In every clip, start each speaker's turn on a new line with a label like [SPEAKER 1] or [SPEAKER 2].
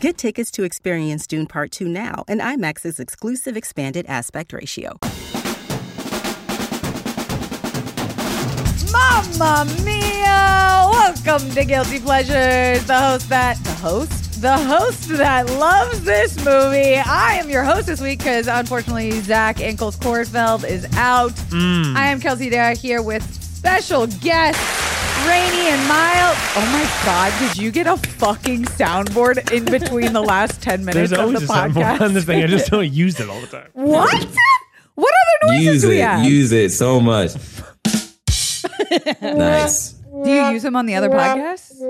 [SPEAKER 1] Get tickets to experience Dune Part 2 now and IMAX's exclusive expanded aspect ratio.
[SPEAKER 2] Mamma mia! Welcome to Guilty Pleasures, the host that, the host, the host that loves this movie. I am your host this week because unfortunately Zach Ankles Kornfeld is out.
[SPEAKER 3] Hmm.
[SPEAKER 2] I am Kelsey Dara here with special guest Rainy and Miles. Oh my God! Did you get a fucking soundboard in between the last ten minutes
[SPEAKER 3] There's
[SPEAKER 2] of
[SPEAKER 3] always
[SPEAKER 2] the
[SPEAKER 3] a soundboard on
[SPEAKER 2] podcast?
[SPEAKER 3] this thing. I just don't use it all the time.
[SPEAKER 2] What? What other noises
[SPEAKER 4] Use
[SPEAKER 2] do we
[SPEAKER 4] it.
[SPEAKER 2] have?
[SPEAKER 4] Use it so much. nice.
[SPEAKER 2] do you use them on the other podcasts?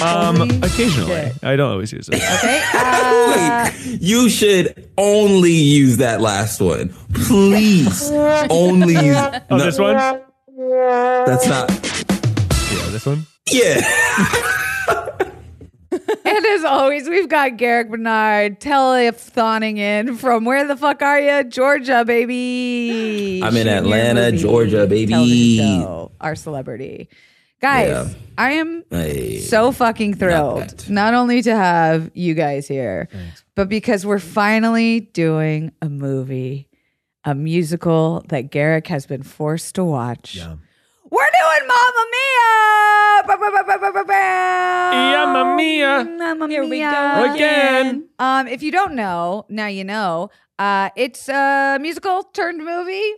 [SPEAKER 3] Um,
[SPEAKER 2] Holy
[SPEAKER 3] occasionally,
[SPEAKER 2] shit.
[SPEAKER 3] I don't always use it.
[SPEAKER 2] Okay. uh,
[SPEAKER 4] You should only use that last one. Please. only use
[SPEAKER 3] Oh,
[SPEAKER 4] no,
[SPEAKER 3] this one? Yeah,
[SPEAKER 4] That's not.
[SPEAKER 3] this one.
[SPEAKER 4] Yeah.
[SPEAKER 2] And as always, we've got Garrick Bernard telephoning in from where the fuck are you? Georgia, baby.
[SPEAKER 4] I'm in
[SPEAKER 2] Shoot your
[SPEAKER 4] Atlanta,
[SPEAKER 2] movie,
[SPEAKER 4] Georgia, baby.
[SPEAKER 2] television show, Our celebrity. Guys,
[SPEAKER 4] Yeah.
[SPEAKER 2] I am
[SPEAKER 4] Hey.
[SPEAKER 2] so fucking thrilled
[SPEAKER 4] bad.
[SPEAKER 2] not only to have you guys here, but because we're finally doing a movie, a musical that Garrick has been forced to watch. We're doing Mamma Mia! Ba, ba, ba, ba, ba, ba, ba.
[SPEAKER 3] Mamma mia.
[SPEAKER 2] Mamma
[SPEAKER 5] Here
[SPEAKER 2] Mia!
[SPEAKER 5] we go
[SPEAKER 3] again.
[SPEAKER 2] Um, if you don't know, now you know. Uh, it's a musical turned movie.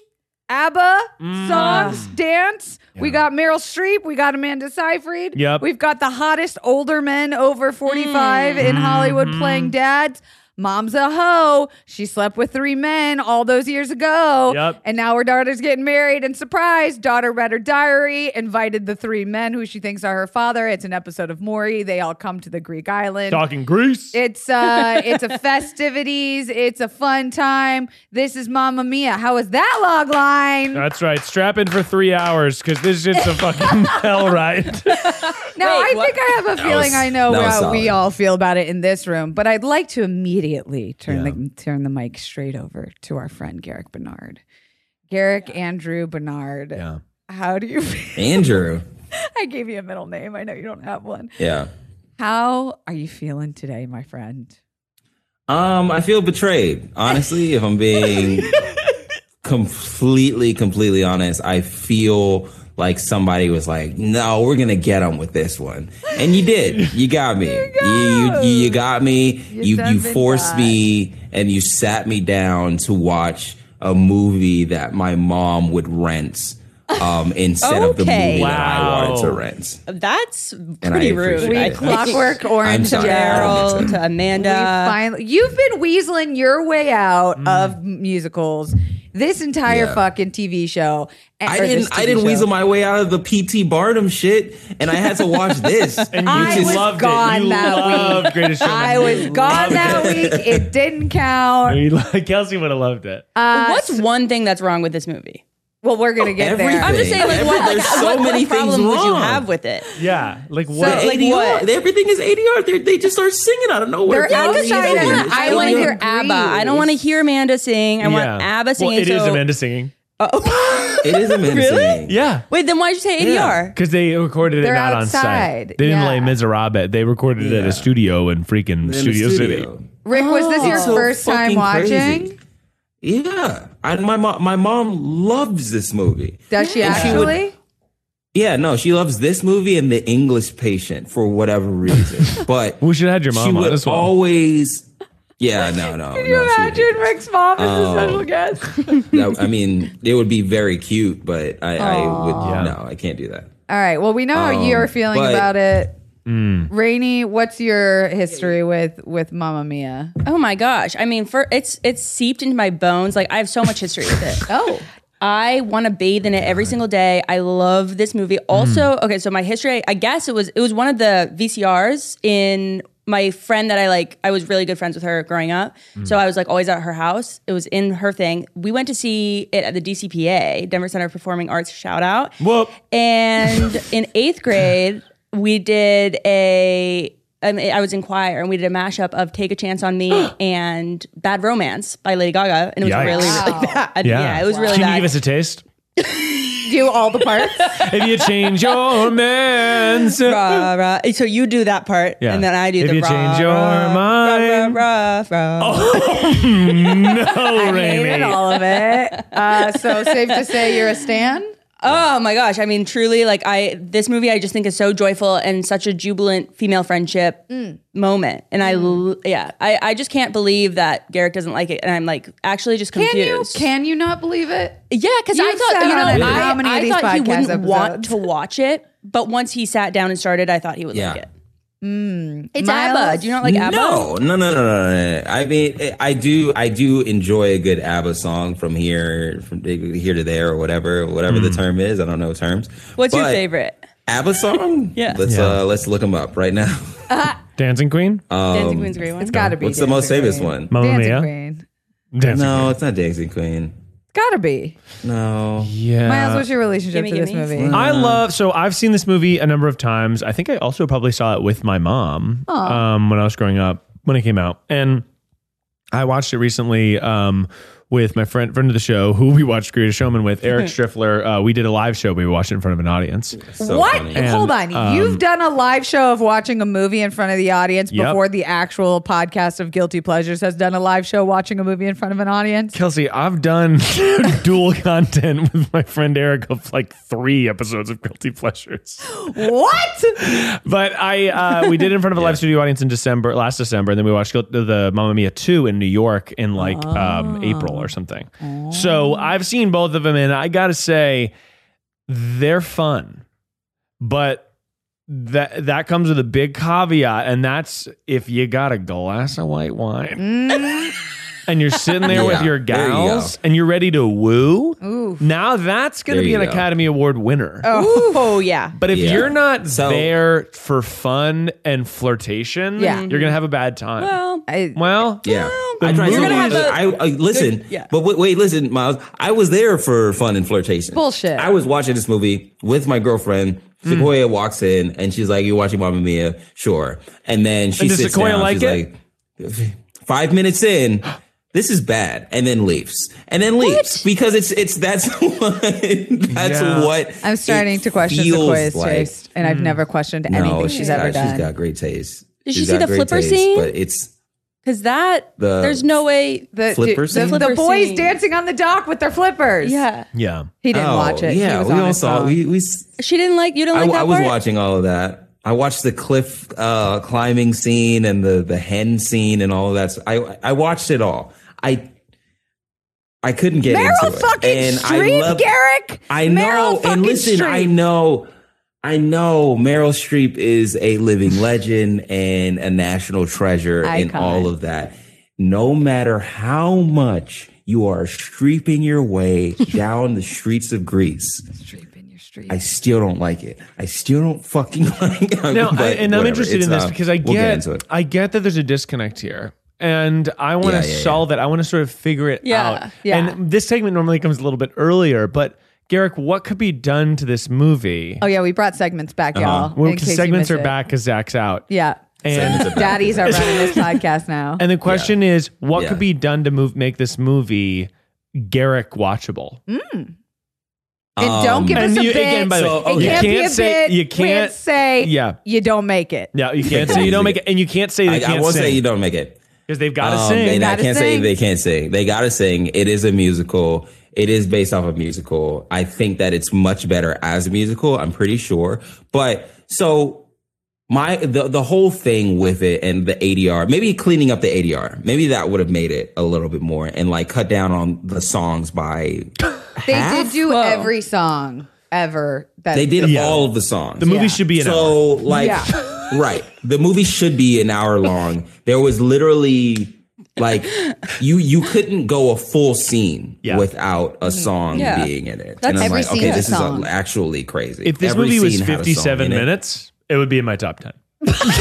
[SPEAKER 2] ABBA
[SPEAKER 3] Mm.
[SPEAKER 2] songs, dance. We got Meryl Streep. We got Amanda Seyfried.
[SPEAKER 3] Yep. Mm.
[SPEAKER 2] We've got the hottest older men over 45 in
[SPEAKER 3] Mm-hmm.
[SPEAKER 2] Hollywood playing dads. Mom's a hoe. She slept with three men all those years ago.
[SPEAKER 3] Yep.
[SPEAKER 2] And now her daughter's getting married, and surprise, daughter read her diary, invited the three men who she thinks are her father. It's an episode of Maury. They all come to the Greek island.
[SPEAKER 3] Talking grease.
[SPEAKER 2] It's uh it's a festivities, it's a fun time. This is Mamma Mia. How is that log line?
[SPEAKER 3] That's right. Strap in for three hours because this shit's a fucking hell ride.
[SPEAKER 2] now
[SPEAKER 5] wait,
[SPEAKER 2] I
[SPEAKER 5] what-
[SPEAKER 2] think I have a feeling
[SPEAKER 4] was-
[SPEAKER 2] I know
[SPEAKER 4] that was
[SPEAKER 2] how we
[SPEAKER 4] solid.
[SPEAKER 2] all feel about it in this room, but I'd like to immediately turn the turn the mic straight over to our friend Garrick Bernard. Garrick Andrew Bernard.
[SPEAKER 3] Yeah.
[SPEAKER 2] How do you feel?
[SPEAKER 4] Andrew.
[SPEAKER 2] I gave you a middle name. I know you don't have one.
[SPEAKER 4] Yeah.
[SPEAKER 2] How are you feeling today, my friend?
[SPEAKER 4] Um, I feel betrayed. Honestly, if I'm being completely, completely honest, I feel like somebody was like, "No, we're gonna get him with this one," and you did. You got me. You you, you, you got me. You you,
[SPEAKER 2] done been
[SPEAKER 4] forced
[SPEAKER 2] got.
[SPEAKER 4] me and you sat me down to watch a movie that my mom would rent. Um, instead of the
[SPEAKER 5] Okay.
[SPEAKER 4] movie that I wanted to
[SPEAKER 3] Wow.
[SPEAKER 4] rent.
[SPEAKER 5] That's
[SPEAKER 4] And
[SPEAKER 5] pretty
[SPEAKER 4] I
[SPEAKER 5] rude.
[SPEAKER 4] appreciate
[SPEAKER 5] I
[SPEAKER 4] it.
[SPEAKER 5] think.
[SPEAKER 2] Clockwork
[SPEAKER 4] I'm
[SPEAKER 2] Orange to
[SPEAKER 4] sorry, I don't
[SPEAKER 2] Daryl.
[SPEAKER 4] mean
[SPEAKER 5] Gerald to
[SPEAKER 2] We
[SPEAKER 5] Amanda.
[SPEAKER 2] finally, you've been weaseling your way out of musicals this entire
[SPEAKER 4] Mm. Yeah.
[SPEAKER 2] fucking TV show. and-
[SPEAKER 4] I
[SPEAKER 2] or this
[SPEAKER 4] didn't. I
[SPEAKER 2] TV
[SPEAKER 4] didn't
[SPEAKER 2] show.
[SPEAKER 4] weasel my way out of the PT Barnum shit, and I had to watch this.
[SPEAKER 3] And you
[SPEAKER 2] I
[SPEAKER 4] which
[SPEAKER 2] was
[SPEAKER 4] is-
[SPEAKER 3] loved it.
[SPEAKER 2] gone
[SPEAKER 3] You
[SPEAKER 2] that
[SPEAKER 3] loved Greatest Showman.
[SPEAKER 2] I was gone that week. It didn't count.
[SPEAKER 3] You lo- Kelsey would have loved it.
[SPEAKER 2] Uh,
[SPEAKER 5] What's one thing that's wrong with this movie?
[SPEAKER 2] well, we're gonna get there.
[SPEAKER 4] Everything.
[SPEAKER 5] I'm just saying, like, what, like,
[SPEAKER 4] There's so
[SPEAKER 5] what,
[SPEAKER 4] many
[SPEAKER 5] what problem
[SPEAKER 4] things
[SPEAKER 5] would you
[SPEAKER 4] wrong.
[SPEAKER 5] have with it?
[SPEAKER 3] yeah. Like
[SPEAKER 4] The
[SPEAKER 3] what?
[SPEAKER 5] like,
[SPEAKER 4] ADR.
[SPEAKER 5] what?
[SPEAKER 4] Everything is ADR. They're, they just start singing out of nowhere.
[SPEAKER 2] They're
[SPEAKER 4] for no
[SPEAKER 2] outside
[SPEAKER 4] reason.
[SPEAKER 2] of
[SPEAKER 5] I,
[SPEAKER 2] Yeah. I
[SPEAKER 5] want to
[SPEAKER 2] wanna
[SPEAKER 5] hear ABBA. I don't want to hear Amanda sing. I want
[SPEAKER 3] Yeah.
[SPEAKER 5] ABBA singing.
[SPEAKER 3] Well, it is
[SPEAKER 5] so-
[SPEAKER 3] Amanda singing.
[SPEAKER 5] Oh.
[SPEAKER 4] It is amazing.
[SPEAKER 5] Really?
[SPEAKER 3] Yeah.
[SPEAKER 5] Wait, then why did you say ADR?
[SPEAKER 3] Because they recorded
[SPEAKER 2] They're
[SPEAKER 3] it not on
[SPEAKER 2] outside.
[SPEAKER 3] site. They didn't
[SPEAKER 2] Yeah.
[SPEAKER 3] lay Miserable. They recorded it at
[SPEAKER 4] Yeah.
[SPEAKER 3] a studio in freaking
[SPEAKER 4] In the
[SPEAKER 3] studio, City.
[SPEAKER 2] Rick, was this your
[SPEAKER 4] Oh. So
[SPEAKER 2] first time
[SPEAKER 4] fucking
[SPEAKER 2] watching?
[SPEAKER 4] crazy. Yeah, I, my mom. My mom loves this movie.
[SPEAKER 2] Does she
[SPEAKER 4] And she would-
[SPEAKER 2] actually?
[SPEAKER 4] Yeah, no, she loves this movie and The English Patient for whatever reason. But
[SPEAKER 3] We should have had your
[SPEAKER 4] she
[SPEAKER 3] mom on
[SPEAKER 4] would
[SPEAKER 3] as well.
[SPEAKER 4] always. Yeah, no, no. Can
[SPEAKER 2] Can you imagine Rick's mom is a
[SPEAKER 4] Oh.
[SPEAKER 2] special guest?
[SPEAKER 4] I mean, it would be very cute, but I, I would
[SPEAKER 3] Yeah.
[SPEAKER 4] no, I can't do that.
[SPEAKER 2] All right. Well, we know how you're feeling
[SPEAKER 4] but-
[SPEAKER 2] about it. Rainey, what's your history with with Mamma Mia?
[SPEAKER 5] Oh my gosh. I mean, for it's it's seeped into my bones. Like I have so much history with it.
[SPEAKER 2] Oh,
[SPEAKER 5] I want to bathe in it every single day. I love
[SPEAKER 3] Hmm.
[SPEAKER 5] this movie. Also, okay, so my history, I guess it was it was one of the VCRs in my friend that I like, I was really good friends with her growing up.
[SPEAKER 3] Hmm.
[SPEAKER 5] So I was like always at her house. It was in her thing. We went to see it at the DCPA, Denver Center of Performing Arts, shout out.
[SPEAKER 3] Whoop.
[SPEAKER 5] And in eighth grade, we did a. I mean, I was in choir and we did a mashup of Take a Chance on Me and Bad Romance by Lady Gaga. And it was
[SPEAKER 3] Yikes.
[SPEAKER 5] really, really bad. Yeah, it was really
[SPEAKER 3] Can
[SPEAKER 5] bad.
[SPEAKER 3] you give us a taste?
[SPEAKER 2] Do all the parts.
[SPEAKER 3] if you change your minds.
[SPEAKER 5] rah, rah. So you do that part,
[SPEAKER 3] Yeah.
[SPEAKER 5] and then I do
[SPEAKER 3] If
[SPEAKER 5] the
[SPEAKER 3] you
[SPEAKER 5] rah,
[SPEAKER 3] change your
[SPEAKER 5] rah, rah,
[SPEAKER 3] mind.
[SPEAKER 5] Rah, rah, rah,
[SPEAKER 3] Oh,
[SPEAKER 2] Even
[SPEAKER 3] Raimi.
[SPEAKER 2] all of it. Uh, so safe to say you're a stan.
[SPEAKER 5] Oh my gosh! I mean, truly, like I this movie, I just think is so joyful and such a jubilant female friendship
[SPEAKER 2] Mm.
[SPEAKER 5] moment. And I, l- yeah, I, I just can't believe that Garrick doesn't like it, and I'm like actually just
[SPEAKER 2] Can you?
[SPEAKER 5] confused.
[SPEAKER 2] Can you not believe it?
[SPEAKER 5] Yeah, because I
[SPEAKER 2] You've sat
[SPEAKER 5] thought you
[SPEAKER 2] on it
[SPEAKER 5] know
[SPEAKER 2] for how
[SPEAKER 5] I,
[SPEAKER 2] many of
[SPEAKER 5] I
[SPEAKER 2] these
[SPEAKER 5] thought he
[SPEAKER 2] podcast
[SPEAKER 5] wouldn't want
[SPEAKER 2] episodes?
[SPEAKER 5] to watch it, but once he sat down and started, I thought he would
[SPEAKER 4] Yeah.
[SPEAKER 5] like it. It's
[SPEAKER 2] Miles?
[SPEAKER 5] ABBA. Do you not like ABBA?
[SPEAKER 4] No, no, no, no, no, no, no. I mean, I- I do, I do enjoy a good ABBA song from here, from here to there, or whatever, whatever the term is. I don't know terms.
[SPEAKER 5] What's your
[SPEAKER 4] But
[SPEAKER 5] favorite?
[SPEAKER 4] ABBA song?
[SPEAKER 5] Yeah.
[SPEAKER 4] let's
[SPEAKER 3] Yeah.
[SPEAKER 4] uh let's look them up right now.
[SPEAKER 3] Dancing Queen?
[SPEAKER 4] um,
[SPEAKER 5] Dancing Queen's a great one.
[SPEAKER 2] It's gotta be.
[SPEAKER 4] What's the most
[SPEAKER 2] Dancing
[SPEAKER 4] famous
[SPEAKER 2] Queen.
[SPEAKER 4] one?
[SPEAKER 3] Mamma
[SPEAKER 2] Dancing
[SPEAKER 3] Mia?
[SPEAKER 2] Queen.
[SPEAKER 3] Dancing
[SPEAKER 4] No,
[SPEAKER 3] Queen.
[SPEAKER 4] it's not Dancing Queen.
[SPEAKER 2] It's gotta be.
[SPEAKER 4] No,
[SPEAKER 3] Yeah.
[SPEAKER 2] Miles, what's your relationship
[SPEAKER 5] gimme,
[SPEAKER 2] to this
[SPEAKER 5] gimme.
[SPEAKER 2] movie?
[SPEAKER 3] I
[SPEAKER 5] Mm.
[SPEAKER 3] love so I've seen this movie a number of times. I think I also probably saw it with my mom um, when I was growing up when it came out, and I watched it recently um, with my friend friend of the show who we watched Greatest Showman with Eric Striffler. Uh, we did a live show, but we watched it in front of an audience.
[SPEAKER 4] so
[SPEAKER 2] what?
[SPEAKER 4] funny.
[SPEAKER 2] Hold on.
[SPEAKER 3] And, um,
[SPEAKER 2] You've done a live show of watching a movie in front of the audience
[SPEAKER 3] Yep.
[SPEAKER 2] before the actual podcast of Guilty Pleasures has done a live show watching a movie in front of an audience.
[SPEAKER 3] Kelsey, I've done dual content with my friend Eric of like three episodes of Guilty Pleasures.
[SPEAKER 2] what?
[SPEAKER 3] But I uh, we did it in front of a live studio audience in December last December, and then we watched Guilt- the Mamma Mia two in New York in like um, April or something. So I've seen both of them, and I gotta say they're fun, but that that comes with a big caveat, and that's if you got a glass of white wine.
[SPEAKER 2] Mm.
[SPEAKER 3] And you're sitting there with
[SPEAKER 4] Yeah,
[SPEAKER 3] your
[SPEAKER 4] there you go.
[SPEAKER 3] gals, and you're ready to woo. Now that's going to
[SPEAKER 4] There
[SPEAKER 3] be
[SPEAKER 4] you
[SPEAKER 3] an
[SPEAKER 4] go.
[SPEAKER 3] Academy Award winner.
[SPEAKER 5] Oh yeah.
[SPEAKER 3] But if
[SPEAKER 4] Yeah.
[SPEAKER 3] you're not
[SPEAKER 4] So-
[SPEAKER 3] there for fun and flirtation,
[SPEAKER 2] Yeah.
[SPEAKER 3] you're gonna have a bad time.
[SPEAKER 5] Well,
[SPEAKER 2] I,
[SPEAKER 3] Well,
[SPEAKER 4] Yeah.
[SPEAKER 5] The
[SPEAKER 4] I tried
[SPEAKER 5] movie-
[SPEAKER 4] to
[SPEAKER 5] You're gonna have a-
[SPEAKER 4] I, I listen,
[SPEAKER 5] yeah.
[SPEAKER 4] but wait, wait, listen, Miles. I was there for fun and flirtation.
[SPEAKER 2] Bullshit.
[SPEAKER 4] I was watching this movie with my girlfriend. Sequoia walks in and she's like, "You watching Mamma Mia? Sure." And then she
[SPEAKER 3] And does
[SPEAKER 4] sits
[SPEAKER 3] Sequoia
[SPEAKER 4] down.
[SPEAKER 3] like
[SPEAKER 4] she's
[SPEAKER 3] it?
[SPEAKER 4] like, five minutes in, this is bad, and then leaves, and then leaves because it's it's that's what that's
[SPEAKER 3] Yeah.
[SPEAKER 4] what
[SPEAKER 2] I'm starting
[SPEAKER 4] it
[SPEAKER 2] to question
[SPEAKER 4] feels
[SPEAKER 2] Sequoia's
[SPEAKER 4] like.
[SPEAKER 2] taste, and I've never questioned anything
[SPEAKER 4] No,
[SPEAKER 2] she's, ever
[SPEAKER 4] got,
[SPEAKER 2] done.
[SPEAKER 4] She's got great taste.
[SPEAKER 5] Did
[SPEAKER 4] She's
[SPEAKER 5] you see
[SPEAKER 4] got
[SPEAKER 5] the
[SPEAKER 4] great
[SPEAKER 5] flipper
[SPEAKER 4] taste,
[SPEAKER 5] scene?
[SPEAKER 4] But it's
[SPEAKER 5] because that
[SPEAKER 4] The-
[SPEAKER 5] there's no way.
[SPEAKER 2] the,
[SPEAKER 4] Flipper
[SPEAKER 2] the,
[SPEAKER 4] scene?
[SPEAKER 2] the
[SPEAKER 5] Flipper
[SPEAKER 2] boys
[SPEAKER 5] scene.
[SPEAKER 2] dancing on the dock with their flippers.
[SPEAKER 5] Yeah,
[SPEAKER 3] yeah.
[SPEAKER 2] He didn't
[SPEAKER 4] oh,
[SPEAKER 2] watch it. He
[SPEAKER 4] Yeah,
[SPEAKER 2] was
[SPEAKER 4] we
[SPEAKER 2] on
[SPEAKER 4] all
[SPEAKER 2] his
[SPEAKER 4] saw.
[SPEAKER 2] phone.
[SPEAKER 4] We we s-
[SPEAKER 5] she didn't like. You didn't
[SPEAKER 4] I,
[SPEAKER 5] like that
[SPEAKER 4] I was
[SPEAKER 5] part.
[SPEAKER 4] watching all of that. I watched the cliff uh, climbing scene and the the hen scene and all of that. I I watched it all. I I couldn't get
[SPEAKER 2] Meryl
[SPEAKER 4] into it.
[SPEAKER 2] fucking
[SPEAKER 4] and
[SPEAKER 2] Streep,
[SPEAKER 4] I love,
[SPEAKER 2] Garrick.
[SPEAKER 4] I
[SPEAKER 2] Meryl
[SPEAKER 4] know,
[SPEAKER 2] fucking
[SPEAKER 4] and listen, I
[SPEAKER 2] Streep.
[SPEAKER 4] know, I know. Meryl Streep is a living legend and a national treasure, and
[SPEAKER 2] Icon.
[SPEAKER 4] all of that. No matter how much you are streeping your way down the streets of Greece, I still don't like it. I still don't fucking like it.
[SPEAKER 3] No,
[SPEAKER 4] But
[SPEAKER 3] I, and I'm
[SPEAKER 4] whatever.
[SPEAKER 3] interested
[SPEAKER 4] It's,
[SPEAKER 3] in this
[SPEAKER 4] uh,
[SPEAKER 3] because I
[SPEAKER 4] we'll
[SPEAKER 3] get,
[SPEAKER 4] into it.
[SPEAKER 3] I get that there's a disconnect here. And I want
[SPEAKER 4] Yeah,
[SPEAKER 3] to
[SPEAKER 4] yeah, yeah.
[SPEAKER 3] solve it. I want to sort of figure it
[SPEAKER 5] Yeah,
[SPEAKER 3] out.
[SPEAKER 2] yeah.
[SPEAKER 3] And this segment normally comes a little bit earlier, but Garrick, what could be done to this movie?
[SPEAKER 2] Oh yeah, we brought segments back,
[SPEAKER 4] Uh-huh.
[SPEAKER 2] y'all.
[SPEAKER 3] Well,
[SPEAKER 2] in case you
[SPEAKER 3] segments
[SPEAKER 2] missed
[SPEAKER 3] are
[SPEAKER 2] it.
[SPEAKER 3] back because Zach's out.
[SPEAKER 2] Yeah.
[SPEAKER 3] And
[SPEAKER 2] Daddies are running this podcast now.
[SPEAKER 3] And the question is, what
[SPEAKER 4] Yeah.
[SPEAKER 3] could be done to move make this movie Garrick watchable?
[SPEAKER 2] and don't give us
[SPEAKER 3] um, and
[SPEAKER 2] a
[SPEAKER 3] you-
[SPEAKER 2] bitch.
[SPEAKER 3] again, by the way,
[SPEAKER 2] it
[SPEAKER 4] you
[SPEAKER 2] can't, be a
[SPEAKER 3] can't say-
[SPEAKER 2] bitch.
[SPEAKER 3] you
[SPEAKER 2] can't
[SPEAKER 3] can't-
[SPEAKER 2] say
[SPEAKER 3] yeah.
[SPEAKER 2] you don't make it.
[SPEAKER 3] No, you can't say you don't make it, and you can't say they
[SPEAKER 4] I, I
[SPEAKER 3] can't
[SPEAKER 4] won't
[SPEAKER 3] sing
[SPEAKER 4] say you don't make it.
[SPEAKER 3] because they've got to
[SPEAKER 4] Um,
[SPEAKER 3] sing.
[SPEAKER 4] and I
[SPEAKER 2] Gotta
[SPEAKER 4] can't say
[SPEAKER 2] sing.
[SPEAKER 4] they can't sing. They gotta sing. It is a musical. It is based off a musical. I think that it's much better as a musical. I'm pretty sure. But so my the the whole thing with it and the ADR, maybe cleaning up the ADR, maybe that would have made it a little bit more and like cut down on the songs by.
[SPEAKER 2] They
[SPEAKER 4] half?
[SPEAKER 2] did do
[SPEAKER 5] Whoa.
[SPEAKER 2] every song ever. That
[SPEAKER 4] They did
[SPEAKER 3] Yeah.
[SPEAKER 4] all of the songs.
[SPEAKER 3] the movie
[SPEAKER 2] Yeah.
[SPEAKER 3] should be an hour.
[SPEAKER 4] so like right the movie should be an hour long there was literally like you you couldn't go a full scene
[SPEAKER 3] Yeah.
[SPEAKER 4] without a song
[SPEAKER 5] Yeah.
[SPEAKER 4] being in it
[SPEAKER 5] That's-
[SPEAKER 4] and i'm
[SPEAKER 2] Mm. Every
[SPEAKER 4] like
[SPEAKER 2] scene
[SPEAKER 4] okay
[SPEAKER 2] is a
[SPEAKER 4] this is
[SPEAKER 2] song.
[SPEAKER 4] uh, actually crazy
[SPEAKER 3] If this
[SPEAKER 4] Every
[SPEAKER 3] movie was
[SPEAKER 4] scene had a song
[SPEAKER 3] 57
[SPEAKER 4] in it.
[SPEAKER 3] minutes, it would be in my top 10.
[SPEAKER 4] Okay.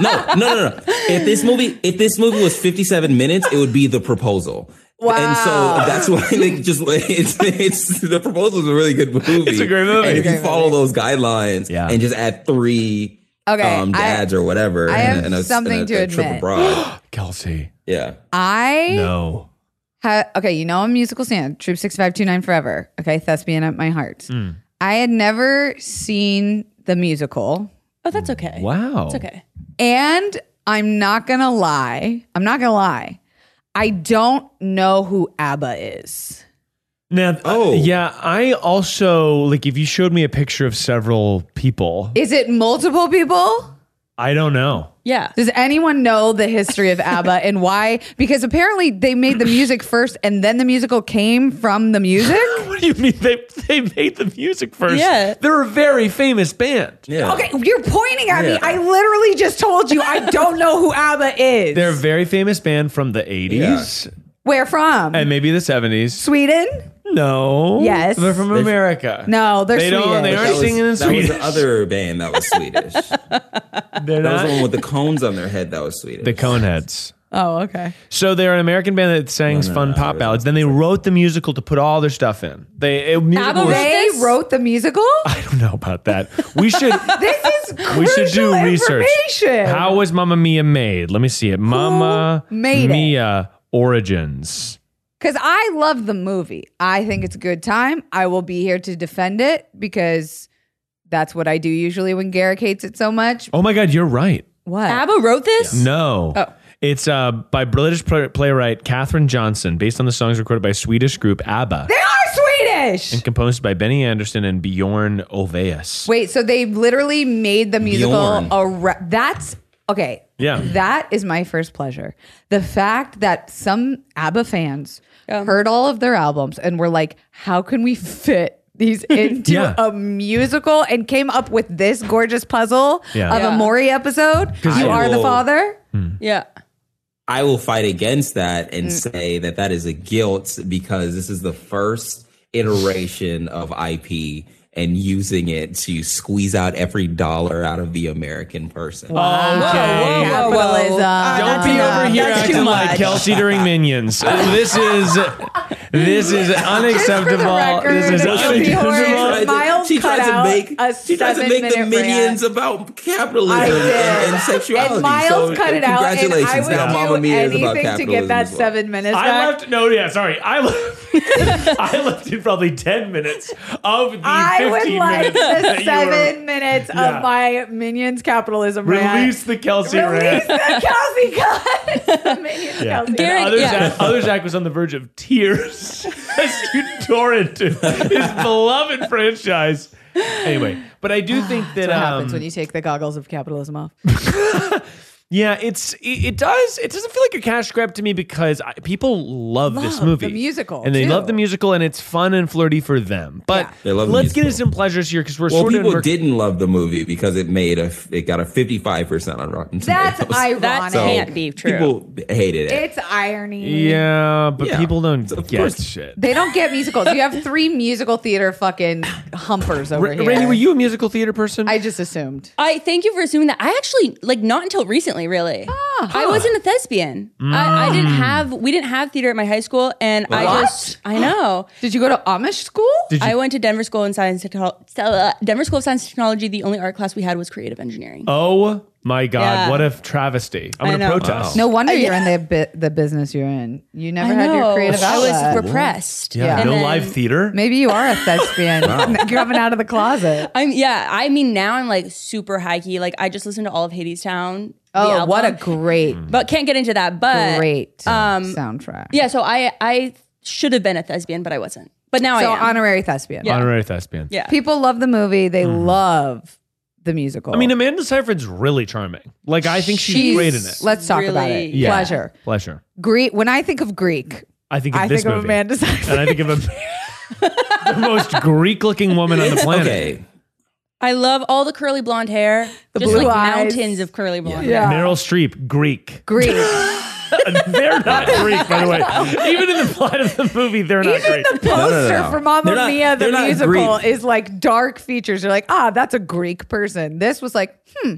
[SPEAKER 4] No, no, no, no. If this movie, if this movie was 57 minutes, it would be the proposal. And so that's why I think just it's, it's the proposal is a really good movie.
[SPEAKER 3] It's a great movie.
[SPEAKER 4] And if you follow those guidelines
[SPEAKER 3] Yeah.
[SPEAKER 4] and just add three
[SPEAKER 2] Okay,
[SPEAKER 4] um, dads or whatever,
[SPEAKER 2] I have
[SPEAKER 4] and, a,
[SPEAKER 2] something
[SPEAKER 4] and
[SPEAKER 2] to
[SPEAKER 4] a, a trip
[SPEAKER 2] admit.
[SPEAKER 4] abroad,
[SPEAKER 3] Kelsey,
[SPEAKER 4] yeah.
[SPEAKER 2] I
[SPEAKER 3] no.
[SPEAKER 2] ha- okay, you know I'm a musical stand. Troop six five two nine forever. Okay, thespian at my heart.
[SPEAKER 3] Hmm.
[SPEAKER 2] I had never seen the musical,
[SPEAKER 5] Oh, that's okay.
[SPEAKER 3] Wow.
[SPEAKER 5] It's okay.
[SPEAKER 2] and I'm not gonna lie. I'm not gonna lie. I don't know who ABBA is.
[SPEAKER 3] Now, oh
[SPEAKER 4] Oh.
[SPEAKER 3] yeah, I also like if you showed me a picture of several people,
[SPEAKER 2] Is it multiple people?
[SPEAKER 3] I don't know.
[SPEAKER 5] Yeah.
[SPEAKER 2] Does anyone know the history of ABBA and why? Because apparently they made the music first, and then the musical came from the music.
[SPEAKER 3] What do you mean they they made the music first?
[SPEAKER 5] Yeah.
[SPEAKER 3] they're a very famous band.
[SPEAKER 4] Yeah.
[SPEAKER 2] Okay, you're pointing at me.
[SPEAKER 4] Yeah.
[SPEAKER 2] I literally just told you I don't know who ABBA is.
[SPEAKER 3] They're a very famous band from the '80s
[SPEAKER 2] Where from?
[SPEAKER 3] and maybe the '70s.
[SPEAKER 2] Sweden?
[SPEAKER 3] No,
[SPEAKER 2] Yes.
[SPEAKER 3] they're from
[SPEAKER 4] They-
[SPEAKER 3] America.
[SPEAKER 2] No, they're
[SPEAKER 3] they
[SPEAKER 2] Swedish.
[SPEAKER 3] don't. They
[SPEAKER 2] But
[SPEAKER 3] aren't
[SPEAKER 4] That was,
[SPEAKER 3] singing in
[SPEAKER 4] that was
[SPEAKER 3] Swedish.
[SPEAKER 4] the other band that was Swedish. that
[SPEAKER 3] they're
[SPEAKER 4] was the one
[SPEAKER 3] not
[SPEAKER 4] with the cones on their head that was Swedish.
[SPEAKER 3] the Coneheads.
[SPEAKER 2] Oh, okay.
[SPEAKER 3] So they're an American band that sang fun pop ballads. Then they wrote the musical to put all their stuff in. They it, musical
[SPEAKER 5] ABBA
[SPEAKER 3] was-
[SPEAKER 5] wrote-
[SPEAKER 2] They
[SPEAKER 5] this?
[SPEAKER 2] wrote the musical?
[SPEAKER 3] I don't know about that. We should
[SPEAKER 2] This is crucial
[SPEAKER 3] we should do research.
[SPEAKER 2] information.
[SPEAKER 3] How was Mamma Mia made? Let me see it. Mamma
[SPEAKER 2] made it?
[SPEAKER 3] Mia origins.
[SPEAKER 2] Because I love the movie. I think it's a good time. I will be here to defend it because that's what I do usually when Garrick hates it so much.
[SPEAKER 3] Oh my God, you're right.
[SPEAKER 2] What?
[SPEAKER 5] ABBA wrote this?
[SPEAKER 3] No.
[SPEAKER 5] Oh.
[SPEAKER 3] It's uh, by British play- playwright Catherine Johnson, based on the songs recorded by Swedish group ABBA
[SPEAKER 2] They are Swedish.
[SPEAKER 3] and composed by Benny Anderson and Bjorn Ulvaeus.
[SPEAKER 2] Wait, so they literally made the musical
[SPEAKER 4] Bjorn.
[SPEAKER 2] around. That's okay.
[SPEAKER 3] Yeah.
[SPEAKER 2] That is my first pleasure. The fact that some ABBA fans heard all of their albums and were like, how can we fit these into
[SPEAKER 3] Yeah.
[SPEAKER 2] a musical and came up with this gorgeous puzzle
[SPEAKER 3] Yeah.
[SPEAKER 2] of a
[SPEAKER 5] Yeah.
[SPEAKER 2] Maury episode? You
[SPEAKER 4] I
[SPEAKER 2] are the
[SPEAKER 4] will-
[SPEAKER 2] father?
[SPEAKER 5] Yeah.
[SPEAKER 4] I will fight against that
[SPEAKER 2] Mm.
[SPEAKER 4] and say that that is a guilt because this is the first iteration of IP and using it to squeeze out every dollar out of the American person.
[SPEAKER 5] Whoa, whoa, whoa, whoa.
[SPEAKER 2] Capitalism.
[SPEAKER 3] Don't be
[SPEAKER 5] enough.
[SPEAKER 3] over here
[SPEAKER 5] That's
[SPEAKER 3] acting
[SPEAKER 5] too
[SPEAKER 3] like
[SPEAKER 5] much.
[SPEAKER 3] Kelsey during Minions. Oh, this is this is
[SPEAKER 2] For the
[SPEAKER 3] unacceptable.
[SPEAKER 2] record,
[SPEAKER 3] This is
[SPEAKER 4] No, she-
[SPEAKER 2] Kelsey
[SPEAKER 4] she
[SPEAKER 2] Horror,
[SPEAKER 4] tried
[SPEAKER 3] unacceptable.
[SPEAKER 4] to-
[SPEAKER 2] Miles
[SPEAKER 4] she tried
[SPEAKER 2] cut
[SPEAKER 4] to
[SPEAKER 2] out
[SPEAKER 4] make
[SPEAKER 2] a
[SPEAKER 4] she tried to make the
[SPEAKER 2] seven-minute rant.
[SPEAKER 4] minions about capitalism
[SPEAKER 2] I
[SPEAKER 4] and,
[SPEAKER 2] did.
[SPEAKER 4] and sexuality.
[SPEAKER 2] And Miles
[SPEAKER 4] So, uh,
[SPEAKER 2] cut it out, and I
[SPEAKER 4] congratulations. Now Mamma
[SPEAKER 2] would do
[SPEAKER 4] Mia is about
[SPEAKER 2] anything to get
[SPEAKER 4] capitalism
[SPEAKER 2] that
[SPEAKER 4] as well.
[SPEAKER 2] seven minutes
[SPEAKER 3] I
[SPEAKER 2] back.
[SPEAKER 3] left. No, yeah, sorry. I left. I left in probably ten minutes of the
[SPEAKER 2] I would
[SPEAKER 3] fifteen
[SPEAKER 2] like
[SPEAKER 3] minutes. that
[SPEAKER 2] the
[SPEAKER 3] you
[SPEAKER 2] seven minutes
[SPEAKER 3] Yeah.
[SPEAKER 2] of my Minions capitalism
[SPEAKER 3] were-
[SPEAKER 2] rant.
[SPEAKER 3] Release the Kelsey
[SPEAKER 2] Release
[SPEAKER 3] rant.
[SPEAKER 2] the Kelsey cut. Minions
[SPEAKER 3] Yeah.
[SPEAKER 2] Kelsey.
[SPEAKER 5] Garrett,
[SPEAKER 3] other,
[SPEAKER 5] yeah.
[SPEAKER 3] Zach, other Zach was on the verge of tears as you tore into his beloved franchise. Anyway, but I do think that
[SPEAKER 2] Ah, That's what
[SPEAKER 3] um,
[SPEAKER 2] happens when you take the goggles of capitalism off.
[SPEAKER 3] Yeah, it's it, it does it doesn't feel like a cash grab to me because I, people love, this
[SPEAKER 2] Love
[SPEAKER 3] movie,
[SPEAKER 2] the musical,
[SPEAKER 3] and they
[SPEAKER 2] too.
[SPEAKER 3] love the musical, and it's fun and flirty for them. But
[SPEAKER 4] They love the
[SPEAKER 3] let's get into
[SPEAKER 4] musical.
[SPEAKER 3] some pleasures here because we're
[SPEAKER 4] Well,
[SPEAKER 3] sort of
[SPEAKER 4] people
[SPEAKER 3] in-
[SPEAKER 4] didn't love the movie because it made a it got a fifty five percent on Rotten Tomatoes.
[SPEAKER 2] That's ironic.
[SPEAKER 5] That
[SPEAKER 4] So
[SPEAKER 5] can't be true.
[SPEAKER 4] People hated it.
[SPEAKER 2] It's irony.
[SPEAKER 3] yeah, but
[SPEAKER 4] Yeah.
[SPEAKER 3] people don't
[SPEAKER 4] Of
[SPEAKER 3] get
[SPEAKER 4] course.
[SPEAKER 3] shit.
[SPEAKER 2] They don't get musicals. You have three musical theater fucking humpers over
[SPEAKER 3] Ra-
[SPEAKER 2] here.
[SPEAKER 3] Randy, were you a musical theater person?
[SPEAKER 2] I just assumed.
[SPEAKER 5] I thank you for assuming that. I actually like not until recently, really. I wasn't a thespian. I, I didn't have we didn't have theater at my high school, and I
[SPEAKER 2] What?
[SPEAKER 5] just I know.
[SPEAKER 2] Did you go to Amish school?
[SPEAKER 3] Did you-
[SPEAKER 5] I went to Denver School and Science Techno- uh, Denver School of Science and Technology. The only art class we had was creative engineering.
[SPEAKER 3] oh my god,
[SPEAKER 5] Yeah.
[SPEAKER 3] what a travesty! I'm
[SPEAKER 5] I
[SPEAKER 3] gonna
[SPEAKER 5] know.
[SPEAKER 3] protest.
[SPEAKER 2] no wonder you're in the bi- the business you're in. You never
[SPEAKER 5] I
[SPEAKER 2] had your
[SPEAKER 5] know.
[SPEAKER 2] creative
[SPEAKER 5] I
[SPEAKER 2] outlet.
[SPEAKER 5] was repressed.
[SPEAKER 3] yeah,
[SPEAKER 2] Yeah.
[SPEAKER 3] no
[SPEAKER 5] And then-
[SPEAKER 3] live theater.
[SPEAKER 2] Maybe you are a thespian. You're coming out of the closet.
[SPEAKER 5] I'm yeah. I mean, now I'm like super high key. Like I just listened to all of Hades Town.
[SPEAKER 2] Oh, what a great,
[SPEAKER 3] Mm.
[SPEAKER 5] But can't get into that. But
[SPEAKER 2] great uh, soundtrack.
[SPEAKER 5] yeah. So I I should have been a thespian, but I wasn't. But now
[SPEAKER 2] So
[SPEAKER 5] I am.
[SPEAKER 2] honorary thespian.
[SPEAKER 3] Honorary thespian.
[SPEAKER 5] yeah.
[SPEAKER 2] Oh, People love the movie. They love the musical.
[SPEAKER 3] I mean, Amanda Seyfried's really charming. Like I think she's, great in it.
[SPEAKER 2] Let's talk about it.
[SPEAKER 5] really- Yeah.
[SPEAKER 2] Pleasure.
[SPEAKER 3] Pleasure.
[SPEAKER 2] Greek. When I think of Greek,
[SPEAKER 3] I think of
[SPEAKER 2] I
[SPEAKER 3] this
[SPEAKER 2] think of
[SPEAKER 3] movie.
[SPEAKER 2] Amanda
[SPEAKER 3] and
[SPEAKER 2] Seyfried.
[SPEAKER 3] I think of a, the most Greek-looking woman on the planet.
[SPEAKER 4] okay.
[SPEAKER 5] I love all the curly blonde hair. just
[SPEAKER 2] blue
[SPEAKER 5] like
[SPEAKER 2] eyes.
[SPEAKER 5] mountains of curly blonde hair.
[SPEAKER 2] Yeah.
[SPEAKER 3] Meryl Streep, Greek.
[SPEAKER 2] Greek.
[SPEAKER 3] They're not Greek, by the way. Even in the plot of the movie, they're not
[SPEAKER 2] Even
[SPEAKER 3] Greek.
[SPEAKER 2] the poster
[SPEAKER 4] no, no.
[SPEAKER 2] for Mamma
[SPEAKER 4] They're not-
[SPEAKER 2] Mia, the
[SPEAKER 4] they're not
[SPEAKER 2] musical,
[SPEAKER 4] Greek.
[SPEAKER 2] is like dark features. You're like, ah, that's a Greek person. This was like, hmm,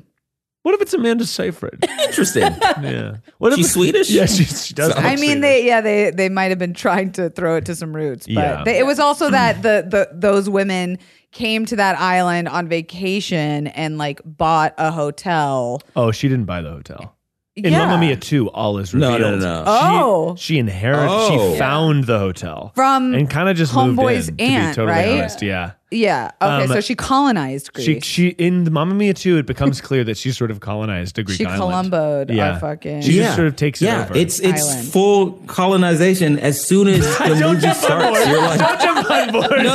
[SPEAKER 3] What if it's Amanda Seyfried?
[SPEAKER 4] Interesting.
[SPEAKER 3] Yeah. What
[SPEAKER 4] She's
[SPEAKER 3] if
[SPEAKER 4] Swedish?
[SPEAKER 3] Yeah, she, she does.
[SPEAKER 4] So-
[SPEAKER 3] look
[SPEAKER 2] I mean,
[SPEAKER 3] Swedish.
[SPEAKER 2] they yeah they they might have been trying to throw it to some roots, but
[SPEAKER 3] Yeah.
[SPEAKER 2] they, it was also that the the those women came to that island on vacation and like bought a hotel.
[SPEAKER 3] Oh, she didn't buy the hotel. In
[SPEAKER 2] Yeah.
[SPEAKER 3] Mamma Mia 2, all is
[SPEAKER 4] No,
[SPEAKER 3] revealed.
[SPEAKER 4] no, no, no.
[SPEAKER 2] Oh.
[SPEAKER 3] She, she inherited,
[SPEAKER 4] Oh.
[SPEAKER 3] she found the hotel.
[SPEAKER 2] From
[SPEAKER 3] and kind of just
[SPEAKER 2] Homeboy's
[SPEAKER 3] moved in,
[SPEAKER 2] aunt,
[SPEAKER 3] to be totally
[SPEAKER 2] right?
[SPEAKER 3] honest. Yeah.
[SPEAKER 2] Yeah. Okay.
[SPEAKER 3] Um,
[SPEAKER 2] so she colonized Greece.
[SPEAKER 3] She, she in the Mamma Mia 2, it becomes clear that she sort of colonized a Greek
[SPEAKER 2] She
[SPEAKER 3] island.
[SPEAKER 2] Columboed
[SPEAKER 3] Yeah.
[SPEAKER 2] our fucking.
[SPEAKER 3] She just sort of takes it
[SPEAKER 4] yeah,
[SPEAKER 3] over.
[SPEAKER 4] it's it's
[SPEAKER 2] Island.
[SPEAKER 4] full colonization as soon as the
[SPEAKER 3] Don't
[SPEAKER 4] movie
[SPEAKER 3] jump on board.
[SPEAKER 4] starts. You're like,
[SPEAKER 3] Don't jump on board.
[SPEAKER 4] no, no, no,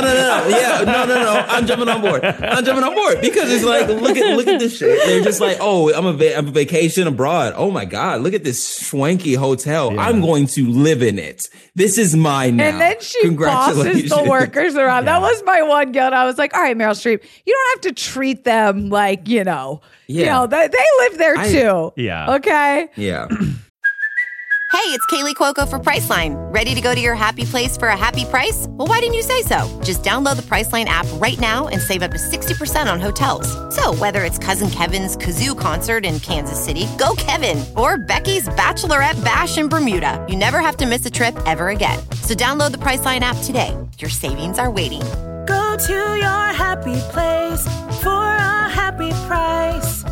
[SPEAKER 4] no, yeah, no, no, no. I'm jumping on board. I'm jumping on board because it's like, look at look at this shit. They're just like, oh, I'm a va- I'm a vacation abroad. Oh my god, look at this swanky hotel. I'm going to live in it. This is mine now.
[SPEAKER 2] and then she bosses the
[SPEAKER 4] Congratulations.
[SPEAKER 2] workers around. That was my one guilt. I was like, all right, Meryl Streep, you don't have to treat them like, you know, you
[SPEAKER 4] Yeah.
[SPEAKER 2] know, they, they live there
[SPEAKER 4] I-
[SPEAKER 2] too.
[SPEAKER 3] Yeah.
[SPEAKER 2] Okay.
[SPEAKER 4] Yeah.
[SPEAKER 6] Hey, it's Kaylee Cuoco for Priceline. Ready to go to your happy place for a happy price? Well, why didn't you say so? Just download the Priceline app right now and save up to 60% on hotels. So, whether it's Cousin Kevin's Kazoo concert in Kansas City, go Kevin, or Becky's Bachelorette Bash in Bermuda, you never have to miss a trip ever again. So, download the Priceline app today. Your savings are waiting.
[SPEAKER 7] Go to your happy place for a happy price.